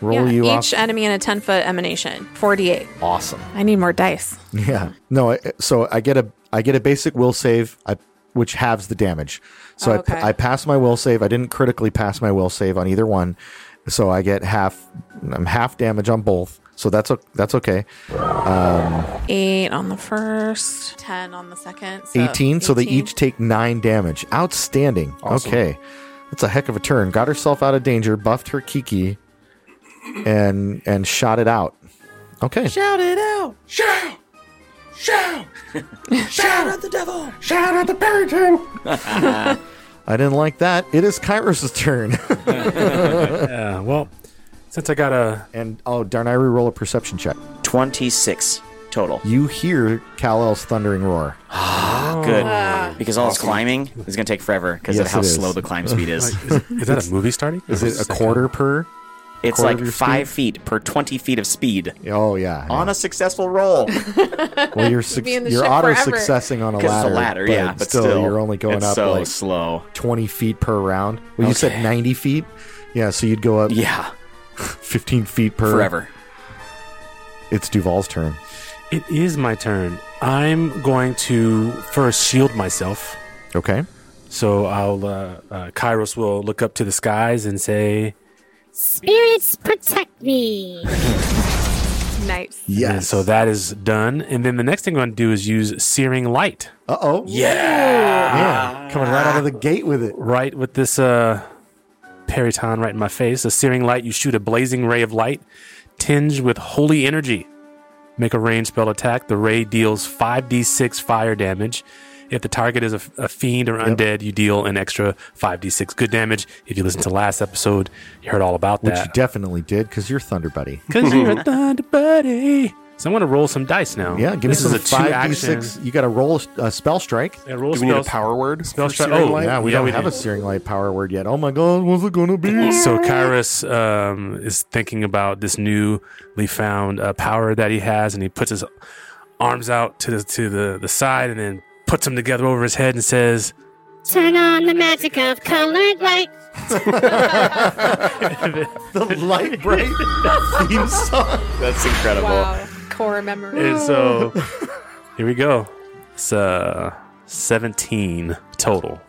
D: roll
C: yeah.
D: you
C: Each
D: off.
C: enemy in a 10 foot emanation. 4d8.
D: awesome.
C: I need more dice.
D: (laughs) Yeah. No. I, so I get a I get a basic will save, I, which halves the damage. So I
C: Okay.
D: I, I pass my will save. I didn't critically pass my will save on either one, so I get half. I'm half damage on both. So that's o- that's okay.
C: 8 on the first, 10 on the second. So
D: 18, so they
C: 18.
D: each take 9 damage. Outstanding. Okay. That's a heck of a turn. Got herself out of danger, buffed her Kiki, and and shot it out. Okay.
B: Shout it out.
D: (laughs)
E: Shout out to Barrington.
D: (laughs) I didn't like that. It is Kairos' turn. (laughs)
A: Yeah, Uh, well, since I got a
D: and oh darn, I re-roll a perception check.
B: 26 total.
D: You hear Kal-El's thundering roar.
B: Good. Because all this climbing is going to take forever because
D: Yes,
B: of how
D: it is.
B: slow the climb speed
D: (laughs)
B: is.
A: is, it, is that a movie starting?
D: Is it a quarter per?
B: it's
D: quarter of
B: like
D: your
B: five feet per 20 feet of speed
D: Oh yeah. yeah.
B: on a successful roll. (laughs)
C: (laughs)
D: well, you're suc-
C: be in the
D: you're
C: ship
D: auto
C: forever.
D: successing on a
B: Because
D: ladder.
B: it's a ladder, yeah. But still,
D: you're only going
B: it's
D: up
B: so
D: like
B: slow.
D: 20 feet per round. Well, you said
B: Okay.
D: 90 feet. Yeah, so you'd go up
B: Yeah,
D: 15 feet per.
B: forever.
D: It's Duval's turn.
A: It is my turn. I'm going to first shield myself.
D: Okay.
A: So I'll uh, uh, Kairos will look up to the skies and say,
H: Spirits protect me.
C: Nice.
A: and so that is done. And then the next thing I'm going to do is use searing light
D: Uh oh. Yeah. Yeah. Coming right out of the gate with it.
A: right with this uh, periton right in my face. A searing light. You shoot a blazing ray of light tinged with holy energy. Make a range spell attack. The ray deals 5d6 fire damage. If the target is a, a fiend or undead, you deal an extra 5d6 good damage. If you listen to last episode, you heard all about
D: Which
A: that.
D: you definitely did because you're Thunder Buddy.
A: Because you're a thunder buddy. So I'm going to roll some dice now.
D: Yeah. Give
A: this
D: me some
A: is a two
D: 5d6
A: action.
D: You got to roll a s- a spell strike.
A: Yeah, roll
E: Do we need a
A: spells.
E: power word?
A: Spell
E: for
A: strike.
E: searing
A: Oh,
E: light?
D: Yeah. We
A: Yeah,
D: don't
A: we
D: have
A: do.
D: a Searing Light power word yet. Oh my God. What's it going to be?
A: (laughs) So Kairos um, is thinking about this newly found uh, power that he has, and he puts his arms out to the to the, the side, and then puts them together over his head and says,
H: Turn on the magic of colored light.
D: (laughs) the light bright theme song.
B: That's incredible.
C: Wow. Core memory.
A: and (laughs) so here we go. It's uh, 17 total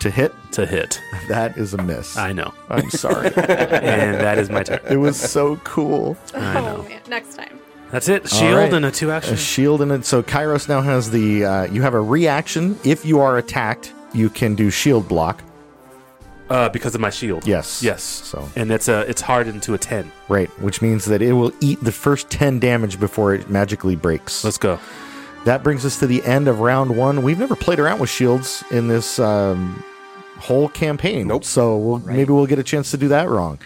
D: To hit,
A: to hit.
D: that is a miss.
A: I know,
D: I'm sorry.
A: and that is my turn.
D: it was so cool.
A: I
C: oh,
A: know.
C: man. Next time.
A: That's it.
D: All
A: Shield
D: right.
A: and a two action.
D: A shield and it. So Kairos now has the. Uh, you have a reaction. If you are attacked, you can do shield block.
A: Uh, because of my shield.
D: Yes.
A: Yes.
D: So-
A: and it's uh, it's hardened to a ten.
D: Right, which means that it will eat the first 10 damage before it magically breaks.
A: Let's go.
D: that brings us to the end of round one. We've never played around with shields in this um, whole campaign. Nope. So we'll, maybe we'll get a chance to do that wrong.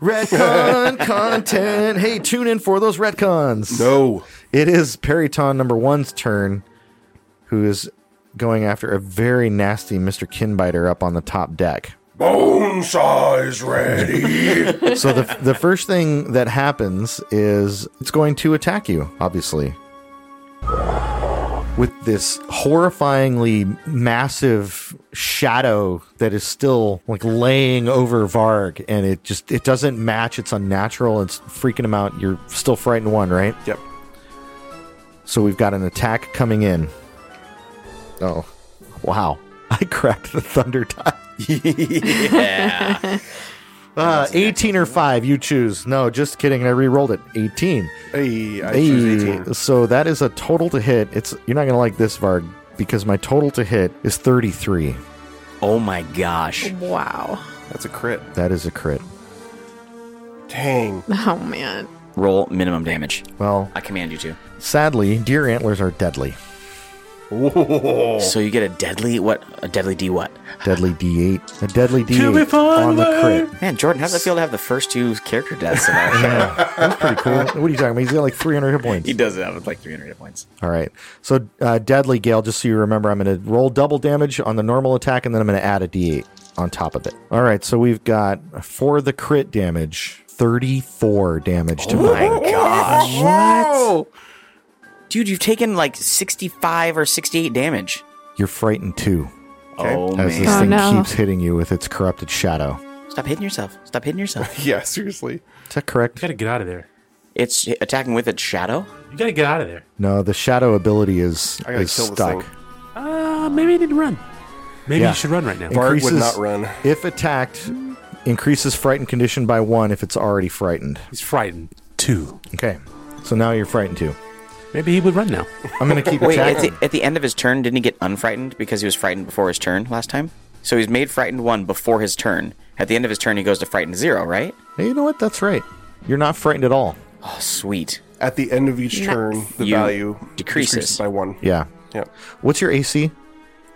D: Retcon content. Hey, tune in for those retcons.
E: No.
D: It is Periton number one's turn, who is going after a very nasty Mr. Kinbiter up on the top deck.
F: Bone size ready.
D: So the, the first thing that happens is it's going to attack you, obviously. With this horrifyingly massive shadow that is still like laying over Varg, and it just it doesn't match. It's unnatural. It's freaking him out. You're still frightened one, right?
E: Yep.
D: So we've got an attack coming in. Oh, wow! (laughs) I cracked the thunder die.
B: Yeah.
D: Uh, 18 or 5, you choose. No, just kidding. I re-rolled it. 18.
E: Hey, I choose
D: Hey,
E: 18.
D: So that is a total to hit. It's You're not going to like this, Varg, because my total to hit is 33.
B: oh my gosh.
C: Wow.
E: That's a crit.
D: That is a crit.
E: Dang. (laughs)
C: Oh, man.
B: Roll minimum damage.
D: Well,
B: I command you to.
D: sadly, deer antlers are deadly.
B: So you get a deadly what? A deadly D what?
D: Deadly D8. A deadly
I: Kill me
D: D8 on the
I: finally.
D: crit.
B: Man, Jordan, how's it feel to have the first two character deaths in
D: (laughs)
B: our show?
D: That's pretty cool. What are you talking about? He's got like 300 hit points.
B: He does have like 300 hit points.
D: All right. So, uh, Deadly Gale, just so you remember, I'm going to roll double damage on the normal attack, and then I'm going to add a d8 on top of it. All right. So, we've got for the crit damage, 34 damage to (laughs)
B: My
D: mine.
B: gosh. What? Dude, you've taken like 65 or 68 damage.
D: You're frightened too
B: Oh,
D: as
B: man.
D: this
C: Oh,
D: thing
C: no.
D: keeps hitting you with its corrupted shadow.
B: Stop hitting yourself. Stop hitting
D: (laughs)
B: yourself.
E: Yeah, seriously.
D: Is that correct?
A: gotta get out of there.
B: It's attacking with its shadow.
A: You gotta get out of there.
D: No, the shadow ability is,
E: I gotta
D: is
E: kill this
D: stuck.
E: thing.
A: Uh, maybe I need to run. Maybe
D: Yeah.
A: you should run right now.
E: Bart would
D: Increases-
E: not run.
D: If attacked, increases frightened condition by one if it's already frightened.
A: He's frightened. Two.
D: Okay. So now you're frightened too.
A: Maybe he would run now.
D: I'm going to keep
B: Wait, at
D: attacking.
B: the, at the end of his turn, didn't he get unfrightened because he was frightened before his turn last time? So he's made frightened one before his turn. At the end of his turn, he goes to frightened zero, right?
D: Hey, you know what? That's right. You're not frightened at all.
B: Oh, sweet.
E: At the end of each
C: Nice.
E: turn, the
B: You
E: value
B: decreases.
E: by one.
D: Yeah.
E: Yeah.
D: What's your AC?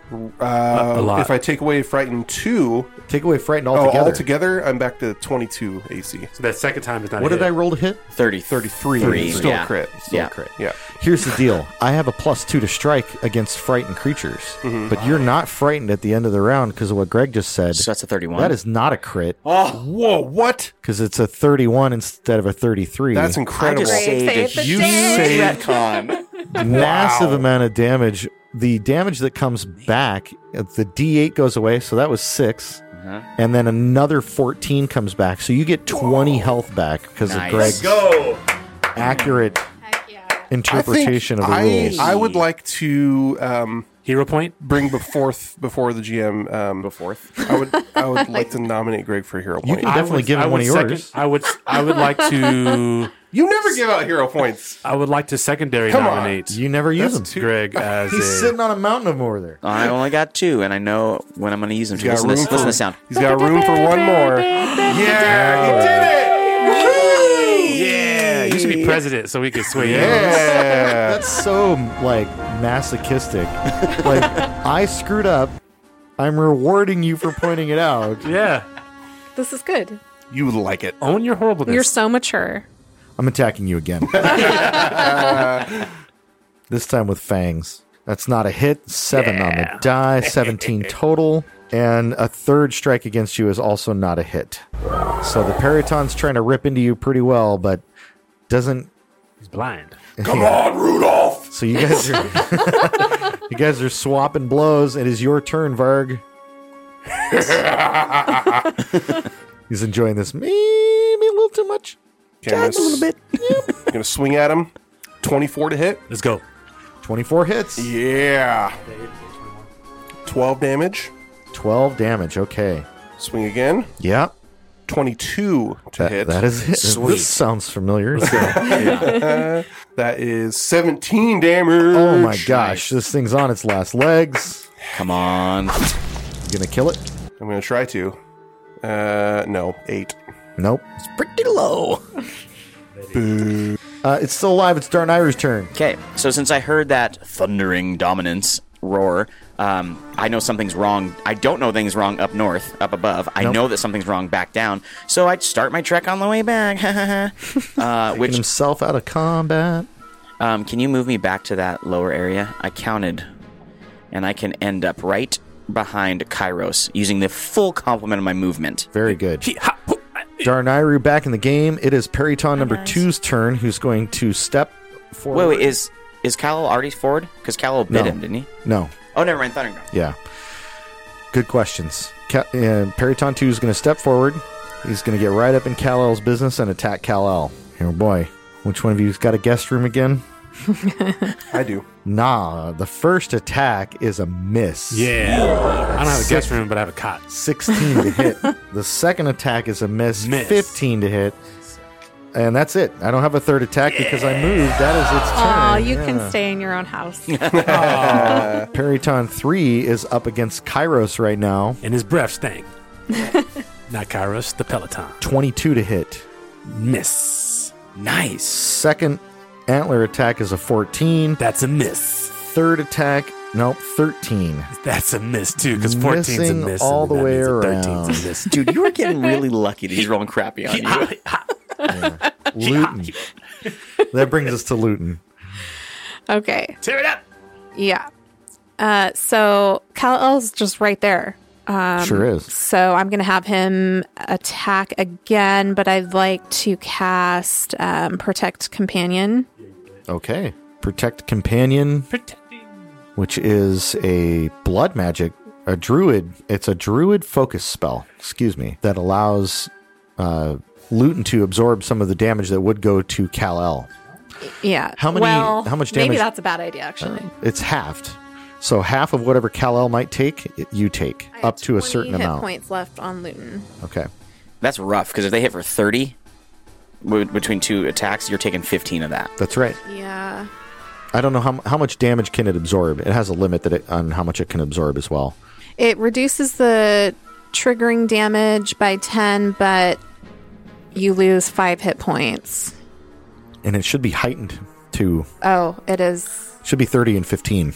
E: Uh,
A: a lot.
E: If I take away frighten two,
D: Take away frightened
E: oh,
D: altogether.
E: altogether, I'm back to 22 AC.
A: So that second time is not.
D: what
A: a
D: did I
A: hit.
D: roll to hit?
B: 30.
E: 33.
B: Three,
E: Still
B: yeah.
E: a crit. Still
B: Yeah.
E: a crit. Yeah.
D: Here's the deal. I have a plus two to strike against frightened creatures, but you're not frightened at the end of the round because of what Greg just said.
B: So that's a 31.
D: that is not a crit
E: Whoa, what?
D: because it's a 31 instead of a 33.
E: That's
B: I
E: incredible.
B: just saved
C: Save
B: a
C: the
B: huge (laughs)
C: day.
B: retcon.
D: massive amount of damage. The damage that comes back, uh, the D8 goes away, so that was 6 and then another 14 comes back, so you get 20 health back because
B: Nice.
D: of Greg's
I: Go.
D: accurate
E: I think
D: interpretation of the
E: I,
D: rules.
E: I would like to um,
A: Hero point.
E: bring before before the GM. Um, before I would
D: (laughs)
E: I would like to nominate Greg for hero
D: You
E: point.
D: can definitely give
A: I
D: him one
A: would
D: of yours.
A: Second, I would. I would like to.
E: you never give out hero points.
A: I would like to secondary
E: Come on.
A: nominate
D: You never use them.
A: Greg as
D: He's
A: a.
D: sitting on a mountain of them over there.
B: I only got two, and I know when I'm going to use them. To.
E: got
B: Listen, to this,
E: room for-
B: listen to the sound.
D: (laughs)
E: He's got room for one more. Yeah, he did it!
A: yeah, you should be president so we can sway you.
E: Yeah.
D: That's so like masochistic. (laughs) like I screwed up. I'm rewarding you for pointing it out.
A: Yeah,
C: This is good.
E: You like it.
A: own your horribleness.
C: You're so mature.
D: I'm attacking you
F: (laughs)
D: again. Uh, this time with fangs. That's not a hit. Seven on the die.
F: (laughs)
D: 17 total. And a third strike against you is also not a hit. So the Periton's trying to rip into you pretty well, but doesn't.
A: He's blind.
F: Come on, Rudolph.
D: So you guys
F: (laughs)
D: are you guys are swapping blows. It is your turn,
F: (laughs)
D: Varg. He's enjoying this maybe a little too much.
E: Okay, I'm
D: Just a little bit.
E: I'm gonna swing at him. 24 to hit.
A: Let's go.
D: 24 hits.
E: Yeah. 12 damage.
D: 12 damage. Okay.
E: Swing again.
D: Yeah.
E: 22 to
D: That-
E: hit.
D: that is it.
B: Sweet.
D: This sounds familiar.
E: that is 17 damage.
D: (laughs) oh my gosh, this thing's on its last legs.
B: Come on.
D: You gonna kill it?
E: I'm gonna try to. Uh, no, eight.
D: Nope. It's pretty (laughs) low. uh, it's still alive. It's Darnayru's turn.
B: Okay, so since I heard that thundering dominance roar, um, I know something's wrong. I don't know things wrong up north, up above. I know that something's wrong back down. So I start my trek on the way back. (laughs) uh,
D: Taking
B: which
D: himself out of combat.
B: um, can you move me back to that lower area? I counted, and I can end up right behind Kairos using the full complement of my movement.
D: Very good. Darnayru back in the game. It is Periton number two's turn, who's going to step forward.
B: Wait, wait, is is Kal already forward? Because Kal bit
D: No.
B: him, didn't he?
D: no.
B: Oh, never mind. Thunderdome.
D: Yeah. Good questions. Ca- uh, Periton 2 is going to step forward. He's going to get right up in Kal El's business and attack Kal El. Oh boy. Which one of you's got a guest room again?
E: I do.
D: Nah, the first attack is a miss.
A: Yeah, I don't have a guest room, but I have a cot.
D: 16
A: (laughs)
D: to hit. The second attack is a miss,
A: Miss.
D: 15 to hit. And that's it. I don't have a third attack because I moved. That is its turn.
C: Oh, you
D: Yeah.
C: can stay in your own house.
D: Periton 3 is up against Kairos right now.
A: And his breath stank. Not Kairos, the Peloton.
D: 22 to hit.
A: Miss.
B: Nice.
D: Second antler attack is a 14.
A: That's a miss.
D: Third attack
C: (laughs)
D: Nope, 13.
A: That's a miss too, because 14's a
D: Missing
A: miss.
D: all
A: and then
D: the way
A: that means a
D: around.
A: 13's a miss.
B: (laughs) Dude, you were getting really lucky that he's rolling crappy on you.
D: Luton. that brings us to Luton.
C: Okay.
A: Tear it up.
C: Yeah. Uh, so Cal L's just right there. Um,
D: Sure is.
C: So I'm going to have him attack again, but I'd like to cast um, Protect Companion.
D: Okay. Protect Companion, which is a blood magic, a druid. It's a druid focus spell, excuse me, that allows uh, Luton to absorb some of the damage that would go to Cal El.
C: Yeah.
D: How many-
C: Well,
D: how much
C: Maybe
D: damage- Uh,
C: that's a bad idea, actually.
D: It's halved. So half of whatever Cal El might take, it- you take
C: I have
D: up to a
C: 20
D: certain
C: hit
D: amount.
C: points left on Luton.
D: Okay.
B: That's rough because if they hit for 30 w- between two attacks, you're taking 15 of that.
D: That's right.
C: Yeah.
D: I don't know how, how much damage can it absorb. It has a limit that it, on how much it can absorb as well.
C: It reduces the triggering damage by 10, but you lose five hit points.
D: And it should be heightened to
C: Oh, it is
D: should be 30 and 15. I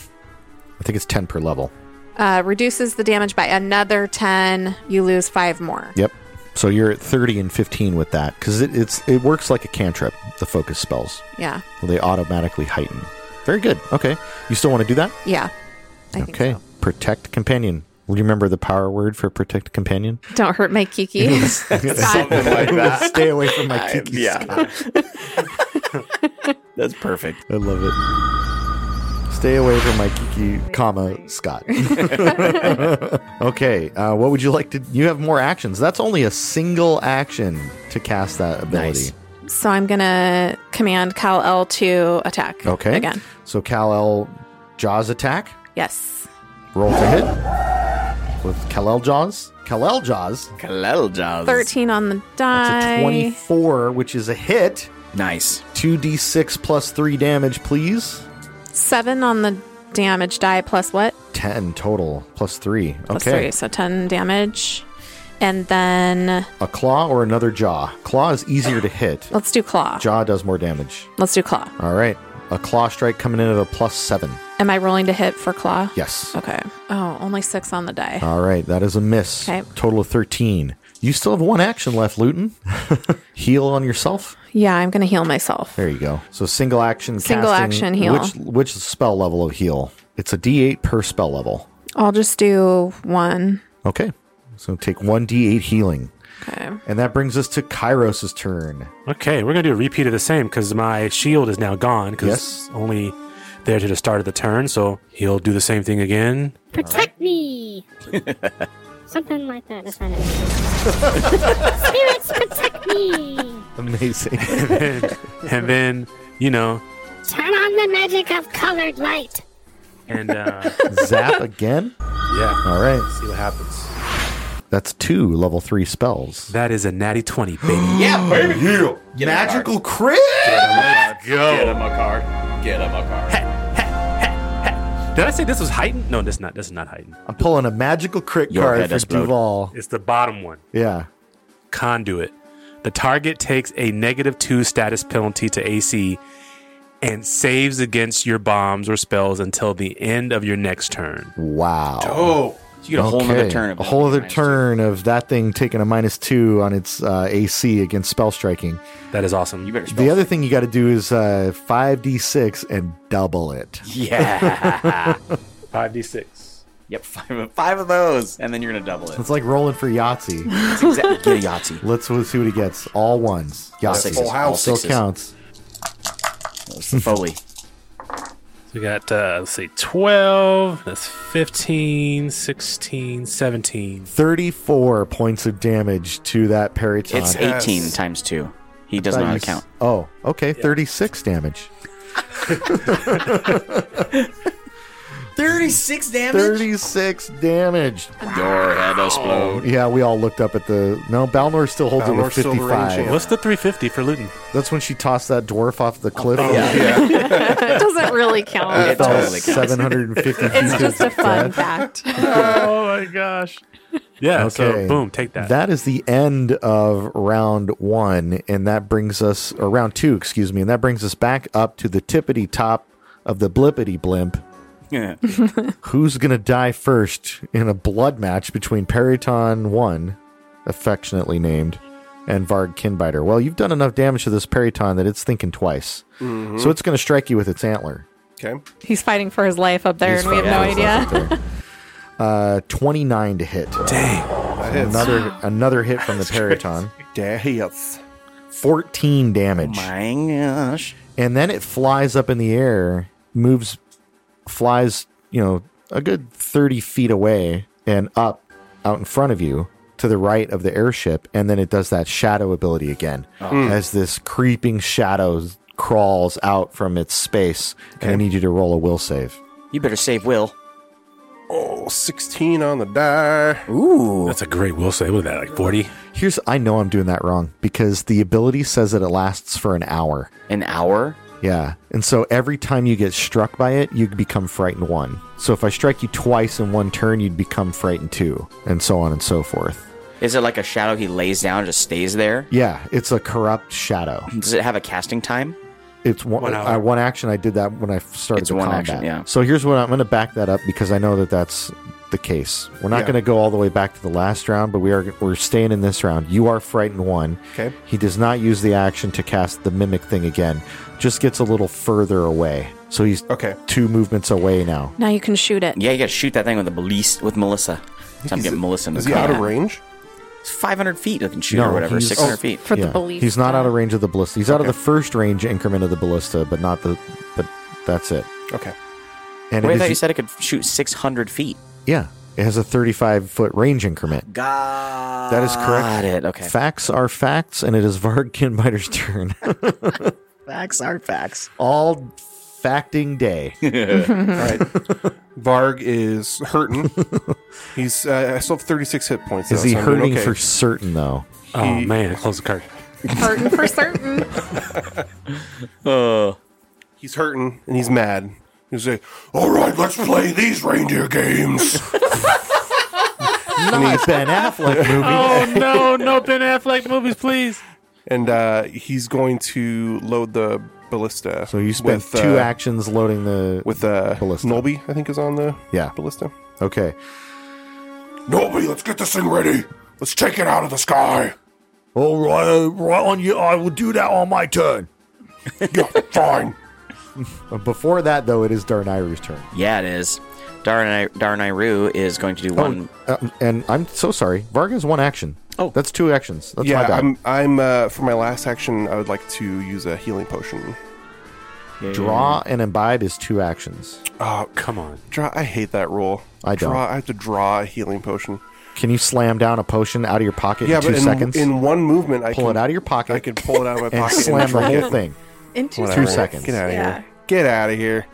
D: think it's 10 per level.
C: uh, reduces the damage by another 10. You lose five more.
D: Yep. So you're at 30 and 15 with that cuz it, it's it works like a cantrip, the focus spells.
C: Yeah.
D: They automatically heighten. Very good. Okay. You still want to do that?
C: Yeah. I think
D: okay.
C: so.
D: Protect companion. Will you remember the power word for protect companion?
C: Don't hurt my Kiki.
D: (laughs)
C: Scott.
D: Stay away from my kiki.
B: Yeah. That's perfect.
D: I love it. Stay away from my kiki, comma Scott. okay, uh, what would you like to? You have more actions. That's only a single action to cast that ability.
B: Nice.
C: so I'm going to command Cal L to attack.
D: Okay.
C: Again.
D: So Kal El Jaws attack.
C: Yes.
D: Roll to hit with Kal El Jaws. Kal El Jaws.
B: Kalel Jaws.
C: 13 on the
D: That's a
C: die.
D: twenty-four, which is a hit.
B: Nice.
D: Two d six plus three damage, please.
C: 7 on the damage die plus what?
D: Ten total plus three. Okay.
C: Plus 3. So 10 damage. And then
D: A claw or another jaw. Claw is easier to hit.
C: let's do claw.
D: Jaw does more damage.
C: Let's do claw.
D: All right. A claw strike coming in at a plus seven.
C: Am I rolling to hit for claw?
D: Yes. Uh.
C: Okay. Oh, only 6 on the die.
D: All right. That is a miss.
C: Okay.
D: Total of 13. You still have one action left, Luton. (laughs) heal on yourself.
C: yeah, I'm going to heal myself.
D: There you go. So single action.
C: Single
D: casting.
C: action heal.
D: Which, which spell level of heal? It's a d8 per spell level.
C: I'll just do 1.
D: Okay. So take 1d8 healing.
C: Okay.
D: And that brings us to Kairos' turn.
A: Okay, we're gonna do a repeat of the same because my shield is now gone because
D: Yes.
A: only there to the start of the turn. So he'll do the same thing again.
H: Protect me. Something like that. That's not it. (laughs) Spirits protect me.
D: Amazing.
A: and then you know,
H: Turn on the magic of colored light.
A: and
B: (laughs)
A: uh,
D: (laughs) Zap again.
A: yeah,
D: All right.
A: see what happens.
D: That's two level three spells.
A: That is a natty twenty, baby.
B: (gasps) Yeah, baby.
D: Magical crit!
B: Let's go. Get him a card. Get him a card.
A: Did I say this was heightened? No, this is not. This is not heightened.
D: I'm pulling a magical crit
B: Your
D: card
B: head
D: for
B: explode.
D: Duval.
A: It's the bottom one.
D: Yeah.
A: Conduit. The target takes a negative two status penalty to AC and saves against your bombs or spells until the end of your next turn.
D: Wow.
E: Oh,
B: You get a whole other turn. of
D: A whole other
B: minus
D: turn of that thing taking a minus two on its uh, AC against spell striking.
A: That is
B: two.
A: awesome.
B: You better spell.
D: The other thing you got to do is uh, 5d6 and double it.
B: Yeah.
A: 5d6.
B: yep. Five of, five of those, and then you're gonna double it.
D: It's like rolling for Yahtzee.
B: That's exactly. (laughs) Get a Yahtzee.
D: Let's see what he gets. All ones.
B: All
D: Yahtzee.
B: sixes. All
D: Still
B: sixes.
D: counts.
B: It's the Foley.
A: So we got, uh, let's see, 12, that's 15, 16, 17.
D: 34 points of damage to that periton.
B: It's 18 times two. He doesn't know how to count.
D: Oh, okay. 36 damage.
B: 36 damage.
D: 36 damage.
B: Your head explode.
D: Yeah, we all looked up at the. No, Balnor still holds it with
E: Balnor's still the reigning
D: 55.
E: champ.
A: What's the 350 for Luton?
D: That's when she tossed that dwarf off the cliff.
C: It doesn't
D: (laughs)
C: really count.
B: It
D: Fell
B: totally counts.
D: 750 feet.
C: It's just
D: to
C: a fun
D: death.
C: fact. (laughs)
A: oh my gosh. (laughs) Yeah,
D: Okay.
A: so boom, take that.
D: That is the end of round one, and that brings us, or
A: (laughs)
D: round two, excuse me, and that brings us back up to the tippity top of the blippity blimp Who's going to die first in a blood match between Periton 1, affectionately named, and Varg Kinbiter? Well, you've done enough damage to this Periton that it's thinking twice.
A: Mm-hmm.
D: So it's going to strike you with its antler.
E: Okay.
C: He's fighting for his life up there,
D: He's
C: and we have no
D: fighting
C: idea.
D: for
C: (laughs)
D: his life up there. Uh, 29 to hit.
E: That hits.
D: Another another hit from the Periton.
E: That hits.
D: 14 damage.
B: My gosh.
D: and then it flies up in the air, moves, flies, you know, a good 30 feet away and up out in front of you to the right of the airship. And then it does that shadow ability again as this creeping shadow crawls out from its space. And I need you to roll a will save.
B: You better save Will.
E: Oh, 16 on the die.
B: Ooh.
A: That's a great will save. What is that, like 40?
D: Here's, I know I'm doing that wrong because the ability says that it lasts for an hour.
B: An hour?
D: Yeah. And so every time you get struck by it, you become frightened one. So if I strike you twice in one turn, you'd become frightened two, and so on and so forth.
B: Is it like a shadow he lays down and just stays there?
D: Yeah, it's a corrupt shadow.
B: Does it have a casting time?
D: It's one,
A: One
D: one,
A: hour.
D: uh, one action. I did that when I started
B: It's
D: the
B: one
D: combat.
B: action, yeah.
D: So here's what I'm going to back that up because I know that that's the case. We're not
E: Yeah.
D: going to go all the way back to the last round, but we are we're staying in this round. You are frightened one.
E: Okay.
D: He does not use the action to cast the mimic thing again. Just gets a little further away. So he's
E: Okay.
D: two movements away now.
C: Now you can shoot it.
B: Yeah, you gotta shoot that thing with the police with Melissa. So I'm
E: He's-
B: getting Melissa in the
E: Is he out of
B: combat.
E: range?
B: It's 500 feet I can shoot
D: No,
B: or whatever,
D: he's-
B: 600
D: oh.
B: feet.
C: For the belief.
D: He's not out of
C: range.
D: range of the ballista. He's out of the first range increment of the ballista, but not the. But that's it.
E: Okay.
D: And
B: Wait, I
D: it
B: thought
D: is,
B: you said it could shoot 600 feet.
D: yeah, it has a 35 foot range increment.
B: God.
D: That is correct.
B: Got it. Okay.
D: Facts are facts, and it is (laughs) Varg Kinbiter's turn. (laughs)
B: Facts are facts.
D: All facting
E: (laughs)
D: day.
E: All right. Varg is hurting.
D: (laughs)
E: He's uh, I still have 36 hit points.
D: Is
E: though,
D: he
E: so I'm doing
D: hurting
E: okay.
D: for certain
E: (laughs)
D: though?
A: Oh, man. Close the curtain.
C: Certain for certain. (laughs)
E: He's hurting and he's mad. He's like,
F: All right, let's play these reindeer
D: (laughs)
F: games.
D: Not Ben
E: (laughs)
D: Affleck movie.
A: Oh, no. No Ben Affleck movies, please.
E: and uh, he's going to load the ballista.
D: So you spent
E: with,
D: two
E: uh,
D: actions loading the
E: with uh,
D: Ballista.
E: Nolby. I think is on the
D: Yeah.
E: ballista.
D: Okay.
F: Nobby, let's get this thing ready. Let's take it out of the sky.
D: All right, right on you. I will do that on my turn.
F: Yeah, fine.
D: Uh, Before that, though, it is Darnayru's turn.
B: Yeah, it is. Darnay, Darnayru is going to do one.
D: Uh, and I'm so sorry. Varg has one action.
B: Oh.
D: that's two actions. That's my
E: yeah,
D: bad.
E: I'm. I'm uh, for my last action. I would like to use a healing potion.
D: Draw and imbibe is two actions.
E: Oh,
A: Come on.
E: draw. I hate that rule.
D: I don't.
E: Draw, I have to draw a healing potion.
D: Can you slam down a potion out of your pocket
E: yeah,
D: in two
E: but in,
D: seconds?
E: in one movement, I
D: pull
E: can
D: it out of your pocket
E: (laughs) I can pull it out of my
D: and
E: pocket
D: slam
E: and
D: the
E: drink
D: whole
E: it.
D: thing.
C: Into
D: Whatever.
E: All
D: Two
E: right,
D: seconds.
E: Get out of
C: Yeah.
E: here. Get out of here.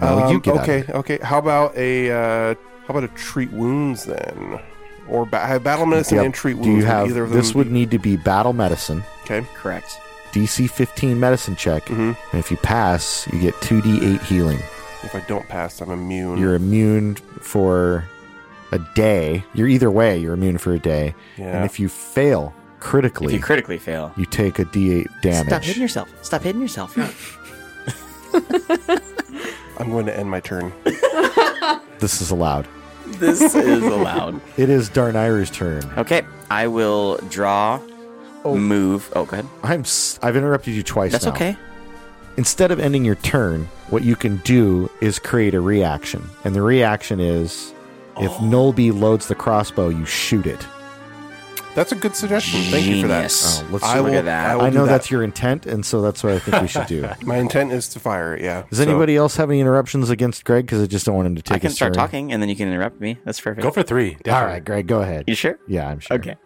D: No, you
E: Um,
D: get out of
E: okay,
D: here.
E: okay. How about a uh, how about a treat wounds then, or ba- I have battle medicine
D: Yep.
E: and treat wounds?
D: Do you
E: Would
D: have
E: either of them
D: this? Would
E: be-
D: need to be battle medicine,
E: okay.
B: Correct.
D: DC 15 medicine check,
E: Mm-hmm.
D: and if you pass, you get 2d8 healing.
E: If I don't pass, I'm immune.
D: You're immune for a day. You're either way. You're immune for a day,
E: Yeah.
D: and if you fail
B: If
D: critically,
B: you critically fail,
D: you take a d8 damage.
B: stop hitting yourself. Stop hitting yourself.
E: I'm going to end my turn.
D: This is allowed.
B: this is allowed.
D: It is Darnayru's turn.
B: (laughs) Okay, I will draw, move. Oh, go ahead.
D: I'm s- I've interrupted you twice.
B: That's
D: now.
B: okay.
D: Instead of ending your turn, what you can do is create a reaction, and the reaction is if
E: Oh.
D: Nolby loads the crossbow, you shoot it.
E: That's a good suggestion. Thank you for that.
B: Genius.
D: Oh, let's
E: I
B: look
E: will-
B: at that.
E: I will
D: I
E: do
D: know
E: that.
D: that's your intent, and so that's what I think we
E: (laughs)
D: should do.
E: My intent is to fire it. Yeah.
D: Does
E: So-
D: anybody else have any interruptions against Greg? Because I just don't want him to take
B: I can
D: his
B: start
D: turn.
B: talking, and then you can interrupt me. That's perfect.
A: Go for three.
D: All
A: definitely.
D: right, Greg, go ahead.
B: You sure?
D: Yeah, I'm sure.
B: Okay.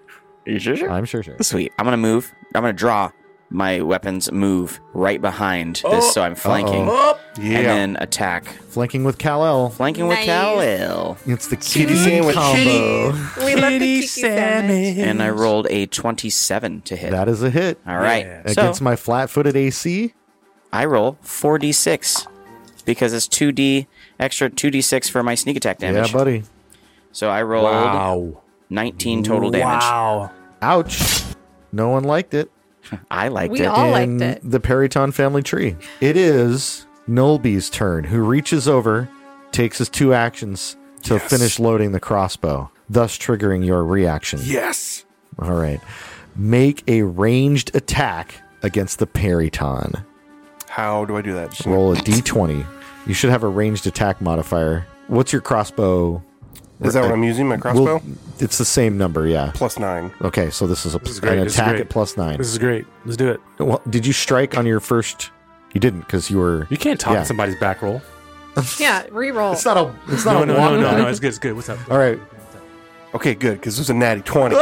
B: You sure? Sure.
D: I'm sure, sure.
B: Sweet. I'm gonna move. I'm gonna draw my weapons. Move right behind this, so I'm flanking, and
E: Yeah.
B: then attack,
D: Flanking with Kal-El.
B: flanking with
C: Nice.
B: Kal-El.
D: It's the kitty
E: sandwich.
D: combo.
C: We love the Kiki sandwich.
B: and I rolled a 27 to hit.
D: That is a hit.
B: All right. So
D: Against my flat-footed AC,
B: I roll 4d6 because it's 2d extra 2d6 for my sneak attack damage.
D: yeah, buddy.
B: So I rolled 19 total damage.
A: Wow.
D: Ouch! No one liked it.
B: I liked
C: We
B: it.
C: all- liked
D: in
C: it.
D: The Periton family tree. It is Nolby's turn, who reaches over takes us two actions to
F: Yes.
D: finish loading the crossbow, thus triggering your reaction.
F: Yes.
D: All right. Make a ranged attack against the Periton.
E: How do I do that? Just
D: Roll a d20. You should have a ranged attack modifier. What's your crossbow?
E: Is that what I'm using? My crossbow?
D: Well, it's the same number, yeah.
E: Plus nine.
D: Okay, so this is, a,
A: is great,
D: an
A: this is
D: attack
A: great.
D: at plus nine.
A: This is great. Let's do it.
D: Well, did you strike on your first? You didn't because you were.
A: You can't talk
D: Yeah.
A: to somebody's back roll.
C: Yeah, reroll.
D: It's not a. It's not
A: Oh, No, no,
D: a
A: no,
D: one.
A: no, no. It's good. It's good. What's up?
D: All right.
E: Okay, good, because it was a natty 20.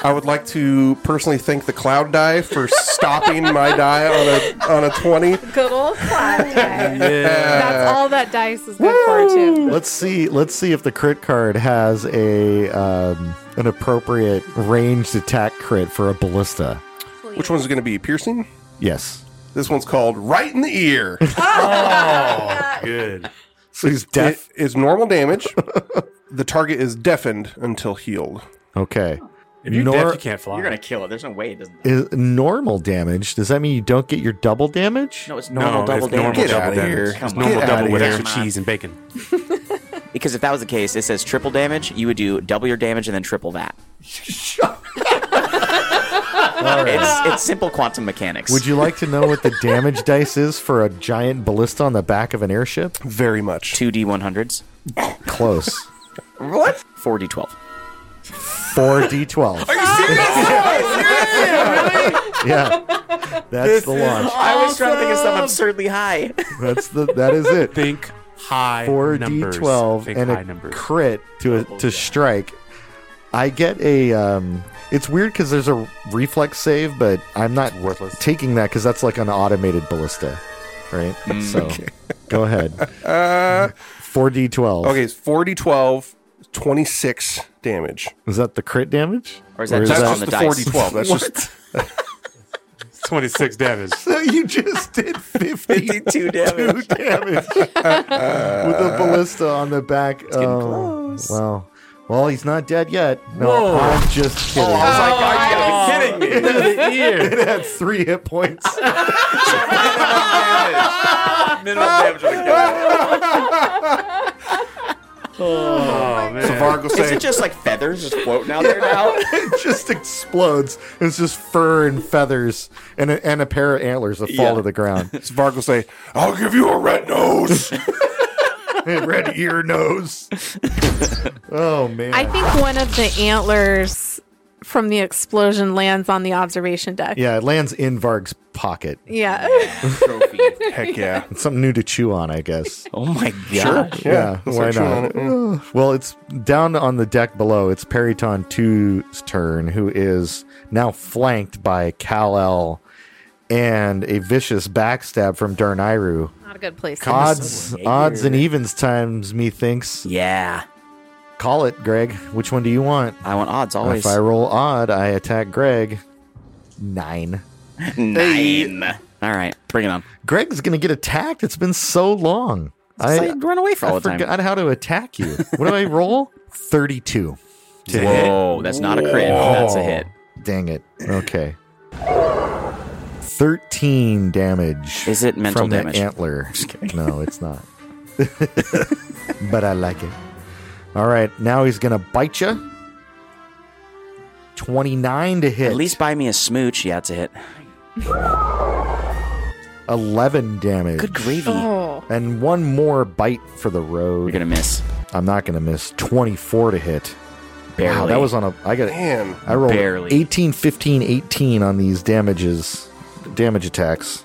E: I would like to personally thank the cloud die for stopping my die on a on a 20.
C: Good old (laughs) flat die.
E: Yeah.
C: That's all that dice is good for too.
D: Let's see. Let's see if the crit card has a um, an appropriate ranged attack crit for a ballista.
E: Which one's going to be piercing?
D: Yes.
E: This one's called right in the ear.
C: Uh,
A: Oh, Good.
D: So he's
E: it
D: deaf.
E: is normal damage. The target is deafened until healed.
D: okay.
A: If you're
D: Nor-
A: deaf, you can't fly.
B: You're gonna kill it. There's no way it doesn't.
D: Is normal damage? Does that mean you don't get your double damage?
B: No, it's
A: no,
B: normal
A: it's
B: double
A: normal
B: damage.
E: Get
A: double
E: outta
A: damage.
E: here.
A: It's
B: Come on.
A: normal
E: Get
A: double
E: outta
A: with
E: here.
A: extra cheese and bacon.
B: Because if that was the case, it says triple damage. You would do double your damage and then triple that. It's, it's simple quantum mechanics.
D: Would you like to know what the damage dice is for a giant ballista on the back of an airship?
E: Very much.
B: two D one hundreds?
A: (laughs)
D: Close.
B: Four D twelve.
D: Four d12. Are you serious? yeah. That's the launch.
B: I was trying to think of some absurdly
D: (laughs)
B: high. (laughs)
D: That's the that is it.
A: Think high
D: four
A: numbers.
D: d twelve
A: Think
D: and
A: high
D: a
A: numbers. (laughs)
D: crit to a, to strike. I get a. Um, it's weird because there's a reflex save, but I'm not worthless taking that because that's like an automated ballista, right? (laughs) So go ahead. Uh, Four d twelve.
E: Okay, it's 40, 12, 26 damage.
D: is that the crit damage?
B: Or is that
E: That's
B: Just on
E: just
B: the
E: the
B: dice.
E: 40, 12. That's just
A: 26 damage.
D: (laughs) So you just did
E: (laughs)
D: fifty
B: Two damage.
D: damage with a
E: Uh,
D: ballista on the back. oh, Wow. Well, he's not dead yet. No,
A: Whoa.
D: I'm just
E: Oh,
D: kidding.
B: kidding me.
D: (laughs)
A: the ear.
D: it had three hit
E: (laughs)
D: points.
A: Oh, man.
E: Varg will
B: Is
E: say,
B: it just like feathers just floating out there
D: (laughs)
B: now?
D: it just explodes. It's just fur and feathers and a, and a pair of antlers that fall to the
E: (laughs)
D: ground.
E: Varg will say, I'll give you a red
D: (laughs)
E: nose.
D: And red ear nose. oh man.
C: I think one of the antlers from the explosion lands on the observation deck.
D: yeah, it lands in Varg's pocket.
C: Yeah. (laughs)
B: Trophy.
E: Heck yeah.
D: It's something new to chew on, I
E: (laughs)
D: guess.
B: Oh my god.
D: Yeah,
E: let's
D: why
E: start chewing on
D: not?
E: it, yeah.
D: Well, it's down on the deck below. It's Periton 2's turn, who is now flanked by Kal-El and a vicious backstab from Darnayru.
C: Not a good place.
D: Odds, odds and evens times, methinks.
B: Yeah.
D: Call it, Greg. Which one do you want?
B: I want odds always.
D: If I roll odd, I attack Greg. Nine.
B: Nine. All right, bring it on.
D: Greg's gonna get attacked. It's been so long. I,
B: I run away for all
D: I
B: the time.
D: forgot how to attack you. What do
B: (laughs)
D: I roll? Thirty-two.
B: Whoa, that's not a crit. That's a hit.
D: Dang it. Okay. Thirteen damage.
B: Is it mental
D: from
B: damage? (laughs)
D: The antler. No, it's not. but I like it. All right, now he's gonna bite you. Twenty-nine to hit.
B: At least buy me a smooch. Yeah, it's a hit.
D: eleven damage.
B: Good gravy.
C: Oh.
D: And one more bite for the
B: We're
D: road.
B: gonna miss.
D: I'm not gonna miss. 24 to hit.
B: Barely.
D: Wow, that was on a. I got.
E: Man.
D: I rolled
B: barely.
D: 18, 15, 18 on these damages, damage attacks.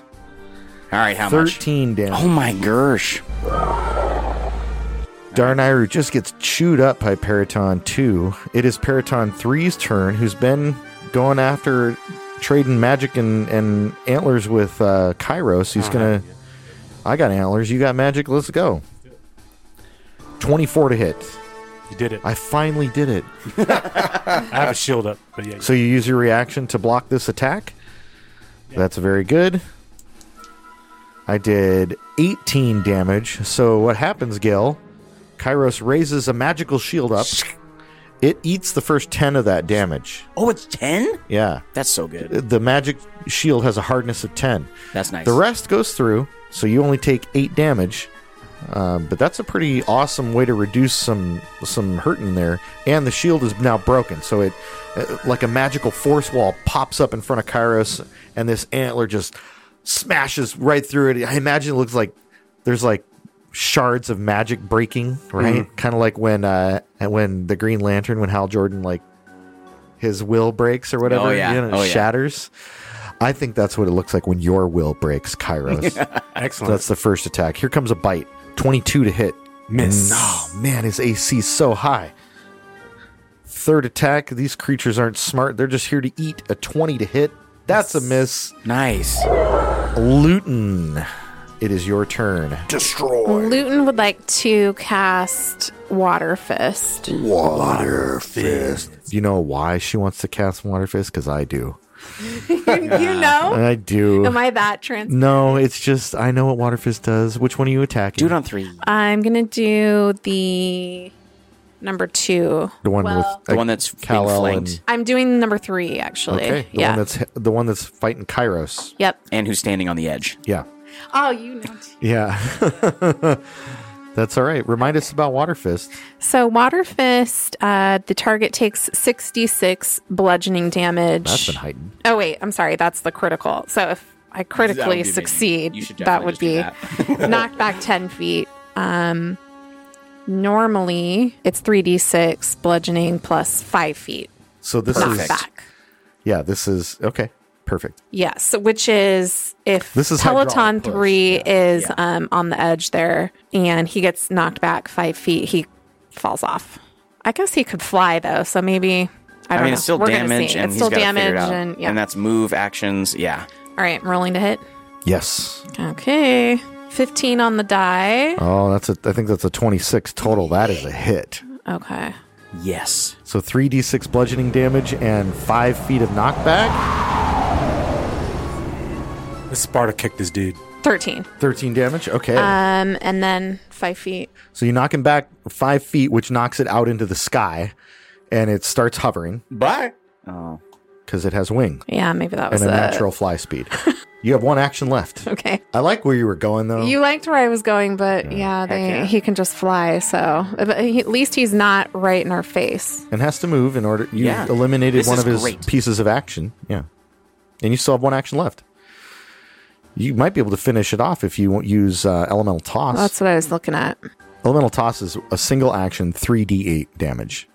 B: all right. How much?
D: Thirteen damage.
B: Oh my gosh.
D: Darnayru just gets chewed up by Periton 2. It is Periton 3's turn, who's been going after trading magic and, and antlers with uh, Kairos.
B: Uh-huh.
D: He's going to. I got antlers, you got magic, let's go. 24 to hit.
A: You did it. I
D: I finally did it.
A: have a shield up, but yeah.
D: So you use your reaction to block this attack. That's very good. I did 18 damage. So what happens, Gil? Kairos raises a magical shield up. It eats the first 10 of that damage.
B: Oh, it's 10?
D: Yeah.
B: That's so good.
D: The magic shield has a hardness of 10.
B: That's nice.
D: The rest goes through, so you only take 8 damage. Um, but that's a pretty awesome way to reduce some some hurt in there. And the shield is now broken, so it uh, like a magical force wall pops up in front of Kairos, and this antler just smashes right through it. I imagine it looks like there's like shards of magic breaking, right?
B: Mm-hmm.
D: Kind of like when uh, when the Green Lantern, when Hal Jordan like his will breaks or whatever,
B: Oh, yeah.
D: you know, it
B: Oh, yeah.
D: shatters. I think that's what it looks like when your will breaks,
B: (laughs)
D: Kairos. So
A: Excellent.
D: that's the first attack. Here comes a bite. 22 to hit.
A: Miss.
D: Oh, man, his AC is so high. Third attack. These creatures aren't smart. They're just here to eat. A 20 to hit. That's a miss.
B: nice.
D: Luton, it is your turn.
F: Destroy.
C: Luton would like to cast Water Fist.
F: Water fist.
D: Do you know why she wants to cast Water Fist? Because I do.
C: you know?
D: I do.
C: Oh. Am I that trans?
D: no, it's just I know what Water Fist does. Which one are you attacking?
B: Do it on three.
C: I'm going to do the number two.
D: the one with
C: well-
B: The
D: like,
B: one that's being
D: Kal-El
B: flanked.
D: and-
C: I'm doing number three, actually.
D: okay, the
C: yeah.
D: one that's the one that's fighting Kairos.
C: yep.
B: And who's standing on the edge?
D: Yeah.
C: Oh, you know.
D: Yeah. (laughs) That's all right. Remind us about Water Fist.
C: So, Water Fist, uh, the target takes 66 bludgeoning damage.
D: That's been heightened.
C: Oh wait, I'm sorry. That's the critical. So if I critically
B: amazing.
C: succeed,
B: You should
C: that
B: definitely
C: would
B: just do
C: be
B: that. (laughs)
C: knocked back ten feet. Um, normally it's three d six bludgeoning plus five feet
D: So this
C: knocked
D: is
C: back.
D: yeah, this is okay. Perfect.
C: Yes, which is if
D: This is
C: Peloton
D: hydraulic push,
C: three is Um, on the edge there, and he gets knocked back five feet, he falls off. I guess he could fly though, so maybe
B: I,
C: I don't
B: mean,
C: know.
B: it's still
C: We're gonna
B: damage,
C: see.
B: and
C: it's
B: he's
C: still
B: gotta figure
C: damage,
B: it out.
C: and yeah.
B: that's move actions. Yeah,
C: All right, I'm rolling to hit.
D: Yes.
C: Okay. 15 on the die.
D: Oh, that's a I think that's a 26 total. That is a hit.
C: Okay.
B: yes.
D: So 3d6 bludgeoning damage and 5 feet of knockback.
A: This Sparta kicked this dude.
C: 13.
D: 13 damage. Okay.
C: Um, and then five feet.
D: so you knock him back 5 feet which knocks it out into the sky and it starts hovering
B: Bye. Oh,
D: cuz it has wings
C: Yeah, maybe that was
D: and a
C: it.
D: natural fly speed. you have one action left.
C: (laughs) Okay.
D: I like where you were going though.
C: You liked where I was going, but
D: Mm.
C: yeah, they,
B: yeah.
C: he can just fly. So but he, at least he's not right in our face.
D: and has to move in order. You
B: Yeah.
D: eliminated
B: This
D: one
B: is
D: of his
B: great.
D: pieces of action. Yeah, and you still have one action left. You might be able to finish it off if you won't use uh, elemental toss.
C: That's what I was looking at.
D: elemental toss is a single action, three d eight damage.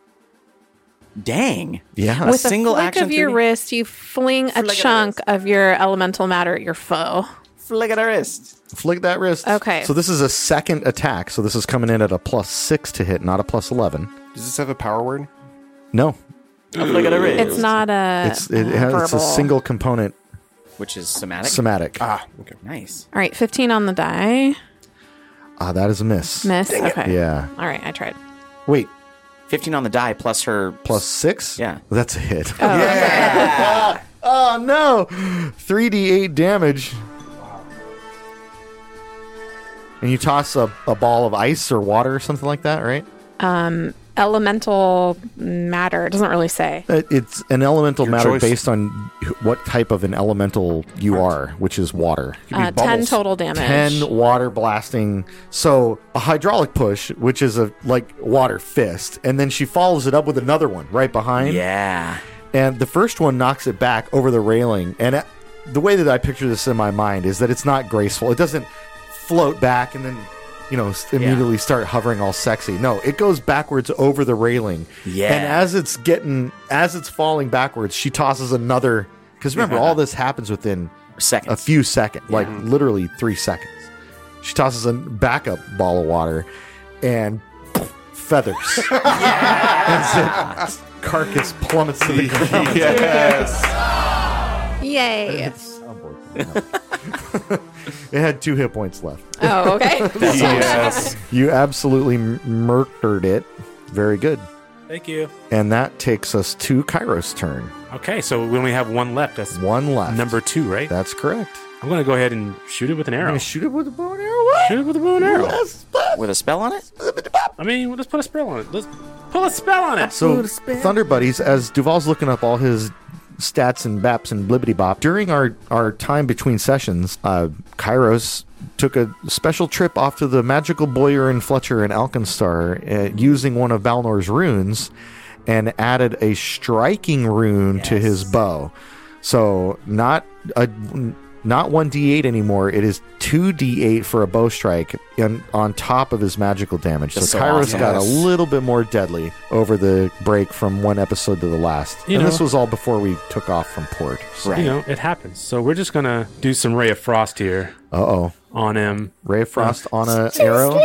B: dang.
D: Yeah,
B: A
C: With
B: single
C: a flick
B: action
C: of your
B: 3D?
C: wrist, you fling a chunk of your elemental matter at your foe.
B: Flick at her wrist.
D: flick that wrist.
C: Okay.
D: So this is a second attack. So this is coming in at a plus six to hit, not a plus eleven.
E: Does this have a power word?
D: No,
B: Flick at her wrist.
C: It's not a.
D: it's it has it's a
C: verbal.
D: single component
B: which is somatic.
D: somatic.
E: Ah, okay.
B: nice.
C: All right, 15 on the die.
D: Ah, that is a miss.
C: Miss. Okay.
D: Yeah.
C: All right, I tried.
D: Wait,
B: Fifteen on the die plus her
D: plus six?
B: Yeah.
D: That's a hit. (laughs) oh no! 3d8 damage. And you toss a, a ball of ice or water or something like that, right?
C: elemental matter. It doesn't really say.
D: It- It's an elemental
E: Your
D: matter
E: choice.
D: based on what type of an elemental you are, which is water.
C: Uh, ten total damage.
D: 10 water blasting. So a hydraulic push, which is a like water fist, and then she follows it up with another one right behind.
B: Yeah.
D: and the first one knocks it back over the railing and it, the way that i picture this in my mind is that it's not graceful it doesn't float back and then you know s- immediately start hovering all sexy no it goes backwards over the railing
B: Yeah.
D: and as it's getting as it's falling backwards she tosses another because remember all this happens within
B: Second.
D: a few seconds, like literally three seconds. She tosses a backup ball of water and feathers. (laughs) and the carcass plummets to the ground.
C: Yay!
D: It had two hit points left.
C: oh,
D: (laughs)
C: okay.
E: Yes.
D: You absolutely m- murdered it. Very good.
A: Thank you.
D: And that takes us to Kairos' turn.
A: Okay, so we only have one left. That's
D: One left.
A: number two, right?
D: That's correct.
A: I'm gonna go ahead and shoot it with an
D: I'm
A: arrow.
D: gonna shoot it with a bow and arrow. What?
A: shoot it with a bow and arrow.
D: Yes, but-
B: with a spell on it?
A: I mean, let's put a spell on it. Let's Pull a spell on it.
D: So, Thunder Buddies, as Duval's looking up all his stats and baps and blibbity bop, during our, our time between sessions, uh, Kairos took a special trip off to the magical Boyer and Fletcher and Alkenstar uh, using one of Valnor's runes and added a striking rune to his bow. So, not a. Not 1d8 anymore, it is 2d8 for a bow strike and on top of his magical damage.
B: That's
D: so
B: so
D: Kairos
B: awesome.
D: got a
E: Yes.
D: little bit more deadly over the break from one episode to the last.
A: You
D: and
A: know-
D: this was all before we took off from port.
A: You
B: Right.
A: know, it happens. So we're just gonna do some ray of frost here
D: Uh oh.
A: on him.
D: Ray of Frost on a arrow.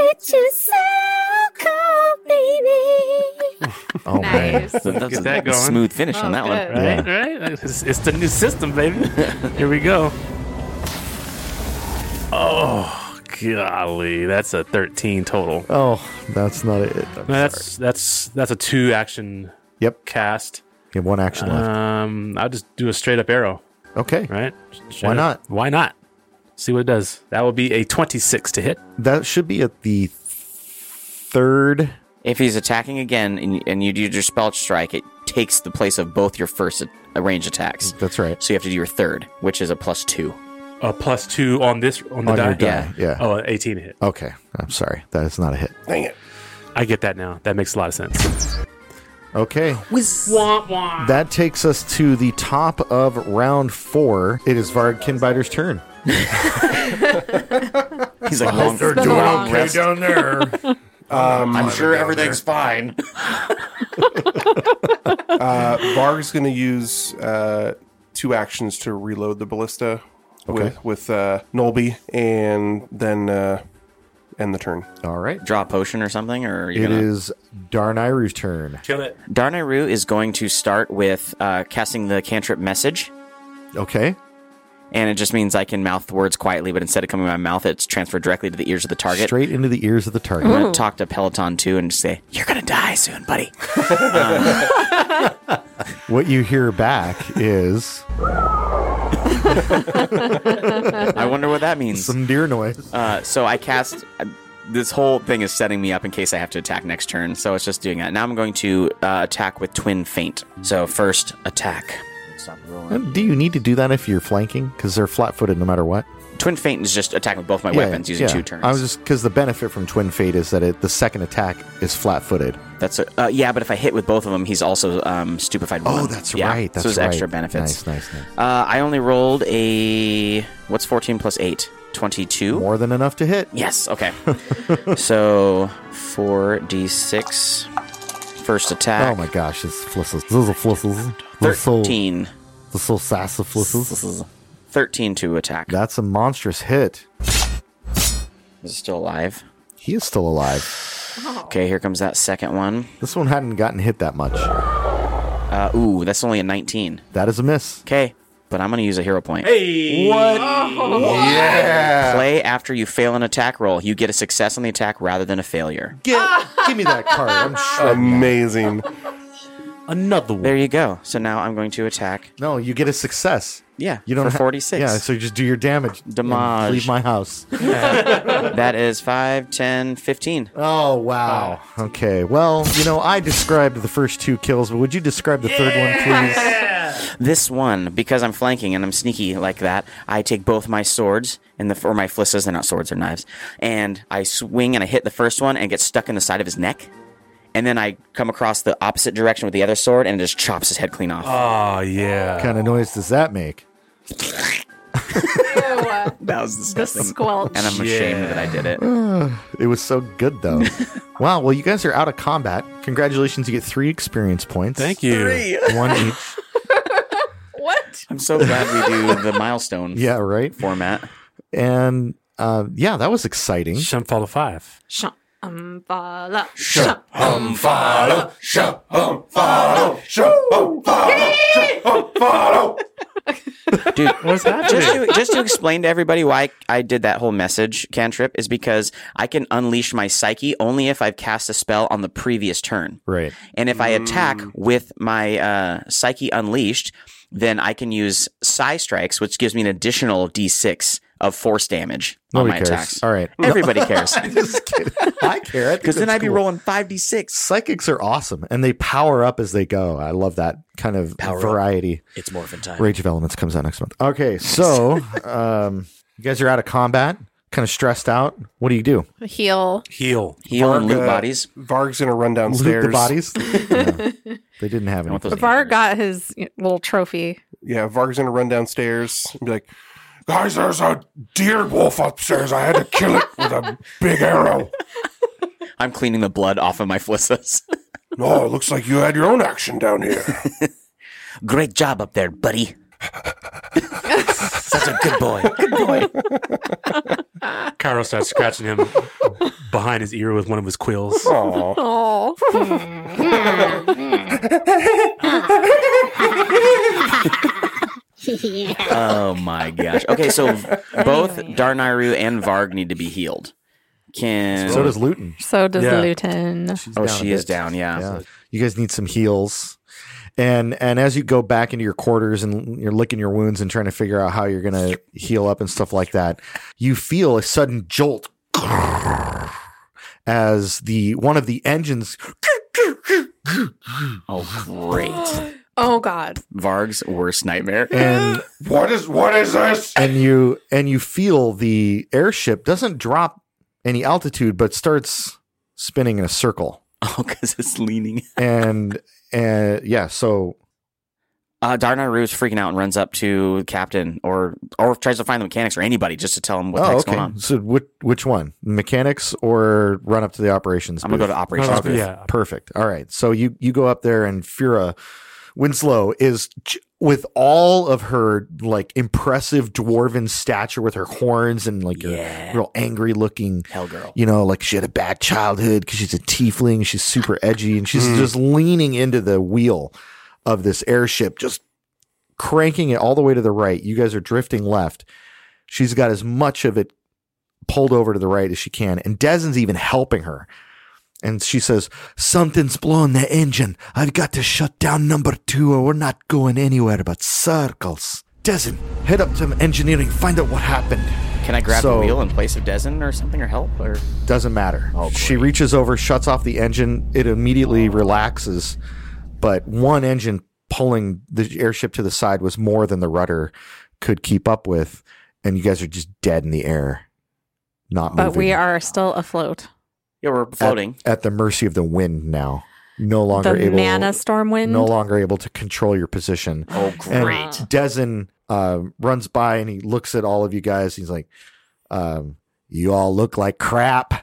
D: Oh man.
C: Nice.
B: That was
A: Get
B: a
A: that going.
B: smooth finish on
C: Oh,
B: that
C: good.
B: one.
A: Right, right. It's, it's the new system, baby. here we go. Oh, golly, that's a thirteen total.
D: Oh, that's not it. I'm
A: No,
D: sorry.
A: that's that's that's a two action
D: Yep.
A: cast.
D: You have one action left.
A: Um, I'll just do a straight up arrow.
D: Okay.
A: Uh, Right?
D: Why
A: up-
D: not?
A: Why not? See what it does. That will be a twenty-six to hit.
D: That should be at the third.
B: If he's attacking again and, and you do your spell strike, it takes the place of both your first a- uh, range attacks.
D: That's right.
B: So you have to do your third, which is a plus two.
A: A plus two on this on the
D: On
A: die.
D: your die.
B: Yeah.
D: yeah.
A: Oh, an 18 hit.
D: Okay. I'm sorry. That is not a hit.
F: Dang it.
A: I get that now. That makes a lot of sense.
D: Okay. That takes us to the top of round four. It is Varg Kinbiter's turn.
B: He's like, long
C: they're doing Long okay rest.
B: down there. I'm sure everything's fine.
E: Uh, Varg's going to use uh, two actions to reload the ballista with with uh, Nolby, and then uh, end the turn.
D: All right.
B: Draw a potion or something, or
D: It
B: you gonna...
D: is Darnayru's turn.
A: Kill it.
B: Darnayru is going to start with uh, casting the cantrip message,
D: Okay.
B: and it just means I can mouth the words quietly, but instead of coming to my mouth, it's transferred directly to the ears of the target.
D: Straight into the ears of the
B: (laughs)
D: target.
B: I'm gonna talk to Peloton too and say, "You're gonna die soon,
D: (laughs)
B: buddy."
D: What you hear back is
B: I wonder what that means.
D: some deer noise.
B: Uh, so I cast. uh, This whole thing is setting me up in case I have to attack next turn, so it's just doing that. Now I'm going to uh, attack with Twin Faint. So first attack. Stop rolling.
D: Uh, Do you need to do that if you're flanking? Because they're flat footed no matter what.
B: Twin Faint is just attacking with both my weapons using two turns.
D: I was just because the benefit from twin fate is that it, the second attack is flat footed.
B: That's a, uh, yeah, but if I hit with both of them, he's also um, stupefied.
D: Oh,
B: one.
D: that's
B: Yeah,
D: right. That's
B: so there's
D: right.
B: extra benefits.
D: Nice, nice, nice.
B: Uh, I only rolled a what's 14 plus 8? 22.
D: More than enough to hit.
B: Yes.
D: (laughs)
B: Okay. so 4d6 first attack.
D: Oh my gosh, it's flissels. Those are flissels. The soul,
B: 13.
D: the soul sassaflissels.
B: 13 to attack.
D: That's a monstrous hit.
B: Is it still alive?
D: He is still alive.
B: Okay, here comes that second one.
D: This one hadn't gotten hit that much.
B: Uh, ooh, that's only a 19.
D: That is a miss.
B: Okay, but I'm going to use a hero point.
A: Hey.
B: Play after you fail an attack roll. You get a success on the attack rather than a failure.
D: Get,
B: Ah!
D: give me that
B: (laughs)
D: card. I'm sure.
E: Amazing.
A: Another one.
B: There you go. So now I'm going to attack.
D: No, you get a success.
B: Yeah,
D: You don't
B: for
D: ha-
B: 46.
D: yeah, so you just do your damage. and
B: Damage.
D: Leave my
B: (laughs)
D: house.
B: that is 5, 10, 15.
D: Oh wow. Okay. Well, you know, I described the first two kills, but would you describe the third one, please?
B: This one, because I'm flanking and I'm sneaky like that, I take both my swords and the or my flisses, they're not swords, they're knives, and I swing and I hit the first one and get stuck in the side of his neck. And then I come across the opposite direction with the other sword and it just chops his head clean off.
A: Oh yeah.
D: What kind of noise does that make?
B: that was
C: The
B: disgusting.
C: uh, squelch.
B: And I'm ashamed that I did it.
D: It was so good
B: (laughs)
D: though. wow. Well, you guys are out of combat. Congratulations, you get three experience points.
A: Thank you.
D: One each.
C: What?
B: I'm so glad we do the milestone
D: Yeah. Right.
B: format.
D: And uh, yeah, that was exciting.
A: Shunfall of five.
C: Shambhala.
F: Um, follow, show, um, follow, show, um, follow, show, um, follow.
B: Dude,
A: What's happening?
B: just to, just to explain to everybody why I did that whole message cantrip is because I can unleash my psyche only if I've cast a spell on the previous turn.
D: Right.
B: And if I attack with my uh, psyche unleashed, then I can use psi strikes, which gives me an additional d6 of force damage on my
D: Nobody cares.
B: attacks.
D: All
B: (laughs)
D: right.
B: Everybody
D: (laughs)
B: cares
D: Just kidding. I care. I think
B: because then
D: that's
B: I'd be
D: cool.
B: rolling five d six.
D: Psychics are awesome and they power up as they go. I love that kind of
B: Power up.
D: variety.
B: It's morphin time.
D: Rage of Elements comes out next month. Okay,
B: (laughs)
D: so um, you guys are out of combat, kind of stressed out. What do you do?
C: Heal.
A: Heal.
B: Heal and loot
E: Varga-
B: bodies.
E: Varg's gonna run
D: Loot
E: downstairs.
D: the bodies? No, they didn't have
B: I want
D: any.
B: those
C: Var
B: hammers.
C: got his little trophy.
E: Yeah, Varg's gonna run downstairs and be like,
F: Guys, there's a deer wolf upstairs. I had to kill it with a big arrow.
B: I'm cleaning the blood off of my flissas.
F: No, it looks like you had your own action down here.
B: (laughs) Great job up there, buddy. Such a good boy. Good boy.
A: (laughs) Cairo starts scratching him behind his ear with one of his quills.
E: "Oh,
C: Oh,
H: (laughs) yeah.
B: Oh my gosh. Okay,
D: (laughs)
B: so both Darnayru and Varg need to be healed. Can
D: So does Luton.
C: so does
A: Yeah.
C: Luton.
D: She's
B: oh
D: down a
B: she is
D: bit.
B: down. Yeah.
D: Yeah. You guys need some heals. And and as you go back into your quarters and you're licking your wounds and trying to figure out how you're going to heal up and stuff like that, you feel a sudden jolt as the one of the engines
B: Oh great.
C: Oh God.
B: Varg's worst nightmare.
D: and
B: (laughs)
F: what is what is this?
D: and you and you feel the airship doesn't drop any altitude but starts spinning in a circle.
B: (laughs) Oh, because it's leaning.
D: And and yeah, so
B: Uh, Darnayru is freaking out and runs up to the captain or or tries to find the mechanics or anybody just to tell him what the
D: oh,
B: heck's
D: okay.
B: going on.
D: So which which one? Mechanics or run up to the operations?
B: I'm gonna go
D: booth?
B: to operations.
A: Okay.
B: booth.
A: Oh, Yeah.
D: Perfect. All right. So you you go up there and Fura Winslow is j- with all of her like impressive dwarven stature with her horns and like
B: Yeah.
D: her real angry looking
B: Hell girl.
D: you know, like she had a bad childhood because she's a tiefling. She's super edgy and she's just leaning into the wheel of this airship, just cranking it all the way to the right. You guys are drifting left. She's got as much of it pulled over to the right as she can. And Desmond's even helping her. And she says, Something's blown the engine. I've got to shut down number two or we're not going anywhere but circles. Desmond, head up to engineering, find out what happened.
B: Can I grab
D: So-
B: the wheel in place of Dezen or something or help or
D: Doesn't matter.
B: Oh,
D: she reaches over, shuts off the engine. It immediately relaxes, but one engine pulling the airship to the side was more than the rudder could keep up with, and you guys are just dead in the air, not
C: But
D: moving.
C: we are still afloat.
B: yeah
D: Uh,
B: we're floating.
D: at the mercy of the wind now. No longer
C: the
D: able,
C: mana storm wind.
D: no longer able to control your position.
B: oh
D: And
B: great.
D: Dezen uh, runs by and he looks at all of you guys. He's like, um, "You all look like crap."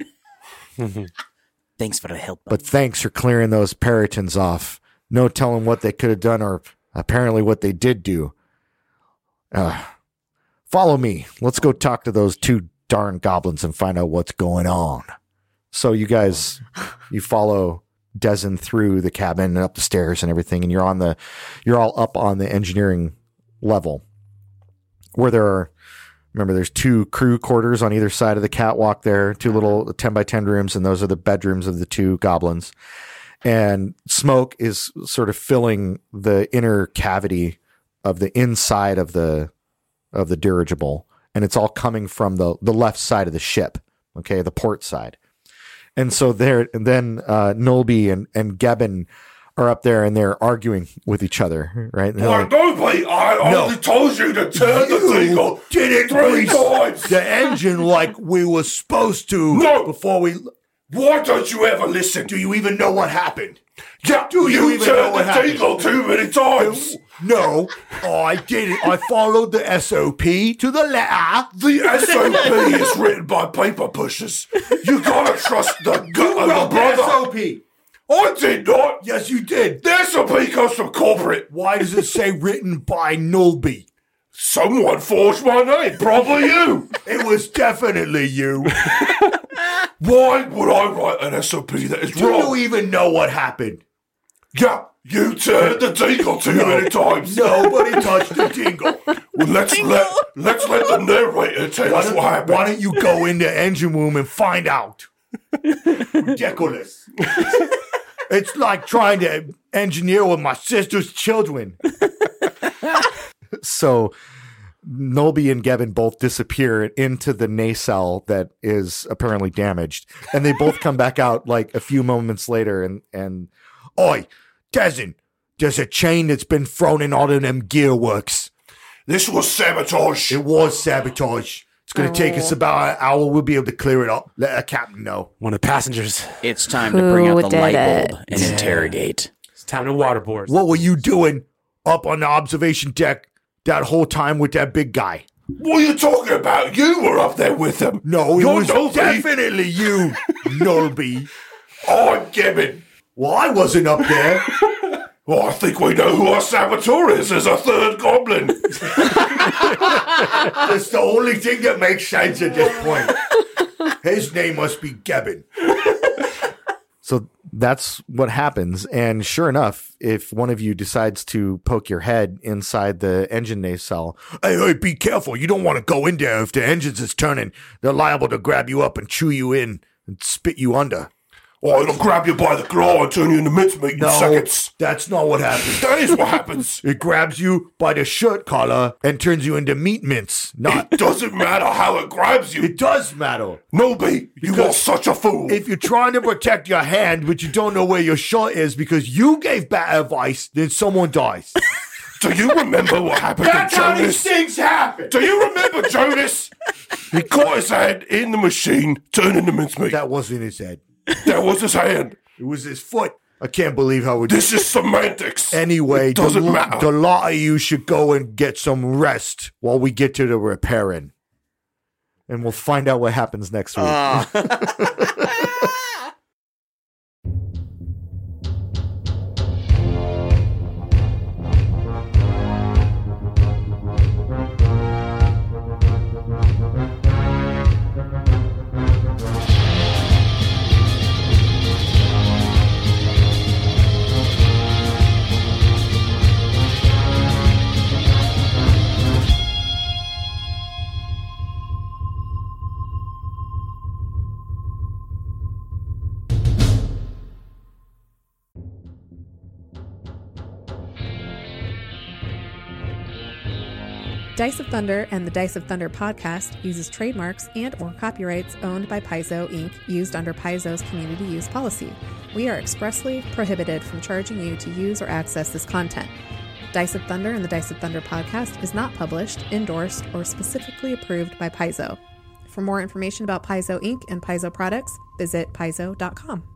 B: Thanks for the help.
D: But thanks for clearing those Peritons off. No telling what they could have done or apparently what they did do. Uh, follow me. Let's go talk to those two darn goblins and find out what's going on. So you guys, you follow Dezen through the cabin and up the stairs and everything, and you're on the, you're all up on the engineering level, where there are, remember, there's two crew quarters on either side of the catwalk. There, two little ten by ten rooms, and those are the bedrooms of the two goblins. And smoke is sort of filling the inner cavity of the inside of the of the dirigible, and it's all coming from the the left side of the ship. Okay, the port side. And so there, and then uh, Nolby and and Gebben are up there, and they're arguing with each other, right? And they're
F: Why,
D: like,
F: nobody, I only told you to turn the thing on
D: didn't
F: three
D: grease
F: times.
D: the engine like we were supposed to
F: No.
D: before we.
F: Why don't you ever listen?
D: Do you even know what happened?
F: Yeah,
D: Do you
F: you
D: even know
F: turned
D: what
F: the thing
D: happened?
F: on too many times.
D: No, I didn't. I followed the SOP to the letter.
F: The SOP (laughs) is written by paper pushers. You gotta trust the gut of the brother. I did not.
D: Yes, you did.
F: The SOP comes from corporate.
D: Why does it say written by Nulby?
F: Someone forged my name, probably you.
D: (laughs) It was definitely you.
F: (laughs) Why would I write an SOP that is
D: Do
F: wrong?
D: you even know what happened?
F: yeah, you turned the dingle too many times. (laughs)
D: Nobody touched the dingle.
F: Well, let's let let's let the narrator tell us what happened.
D: Why don't you go in the engine room and find out? Ridiculous. (laughs) it's like trying to engineer with my sister's children. (laughs) so Nolby and Gevin both disappear into the nacelle that is apparently damaged, and they both come back out like a few moments later. And and oi, Desmond, there's a chain that's been thrown in all of them gearworks.
E: This was sabotage.
D: It was sabotage. It's going to take us about an hour. We'll be able to clear it up. Let our captain know.
A: One of the passengers.
B: It's time to bring out
J: Who
B: the
J: did
B: light
J: it?
B: bulb and interrogate.
A: It's time to waterboard.
D: What were you doing up on the observation deck that whole time with that big guy?
E: What are you talking about? You were up there with them.
D: No, it
E: You're
D: was
E: Nolby.
D: definitely
E: (laughs)
D: you, Nolby.
E: I'm Gibbon.
D: Well, I wasn't up there.
E: (laughs) Well, I think we know who our saboteur is. There's a
D: (laughs)
E: third goblin.
D: That's the only thing that makes sense at this point. His name must be Gevin. so that's what happens. And sure enough, if one of you decides to poke your head inside the engine nacelle, hey, hey be careful. You don't want to go in there. If the engines is turning, they're liable to grab you up and chew you in and spit you under.
E: Oh, it'll grab you by the claw and turn you into mincemeat in seconds.
D: that's not what happens.
E: That is what happens.
D: (laughs) It grabs you by the shirt collar and turns you into meat mince. Not.
E: It doesn't matter how it grabs you.
D: it does matter.
E: Nobi, you are such a fool.
D: if you're trying to protect your hand, but you don't know where your shot is because you gave bad advice, then someone
E: (laughs)
D: dies.
E: Do you remember what happened to Jonas?
D: things happen.
E: Do you (laughs) remember Jonas? He caught his hand in the machine, turned into mincemeat. That,
D: That wasn't his head.
E: was his hand.
D: It was his foot. I can't believe how it.
E: This is semantics.
D: anyway,
E: it doesn't
D: the,
E: matter.
D: the lot of you should go and get some rest while we get to the repairing, and we'll find out what happens next week.
C: Dice of Thunder and the Dice of Thunder podcast uses trademarks and or copyrights owned by Paizo Inc. used under Paizo's community use policy. We are expressly prohibited from charging you to use or access this content. Dice of Thunder and the Dice of Thunder podcast is not published, endorsed, or specifically approved by Paizo. For more information about Paizo Inc. and Paizo products, visit paizo.com.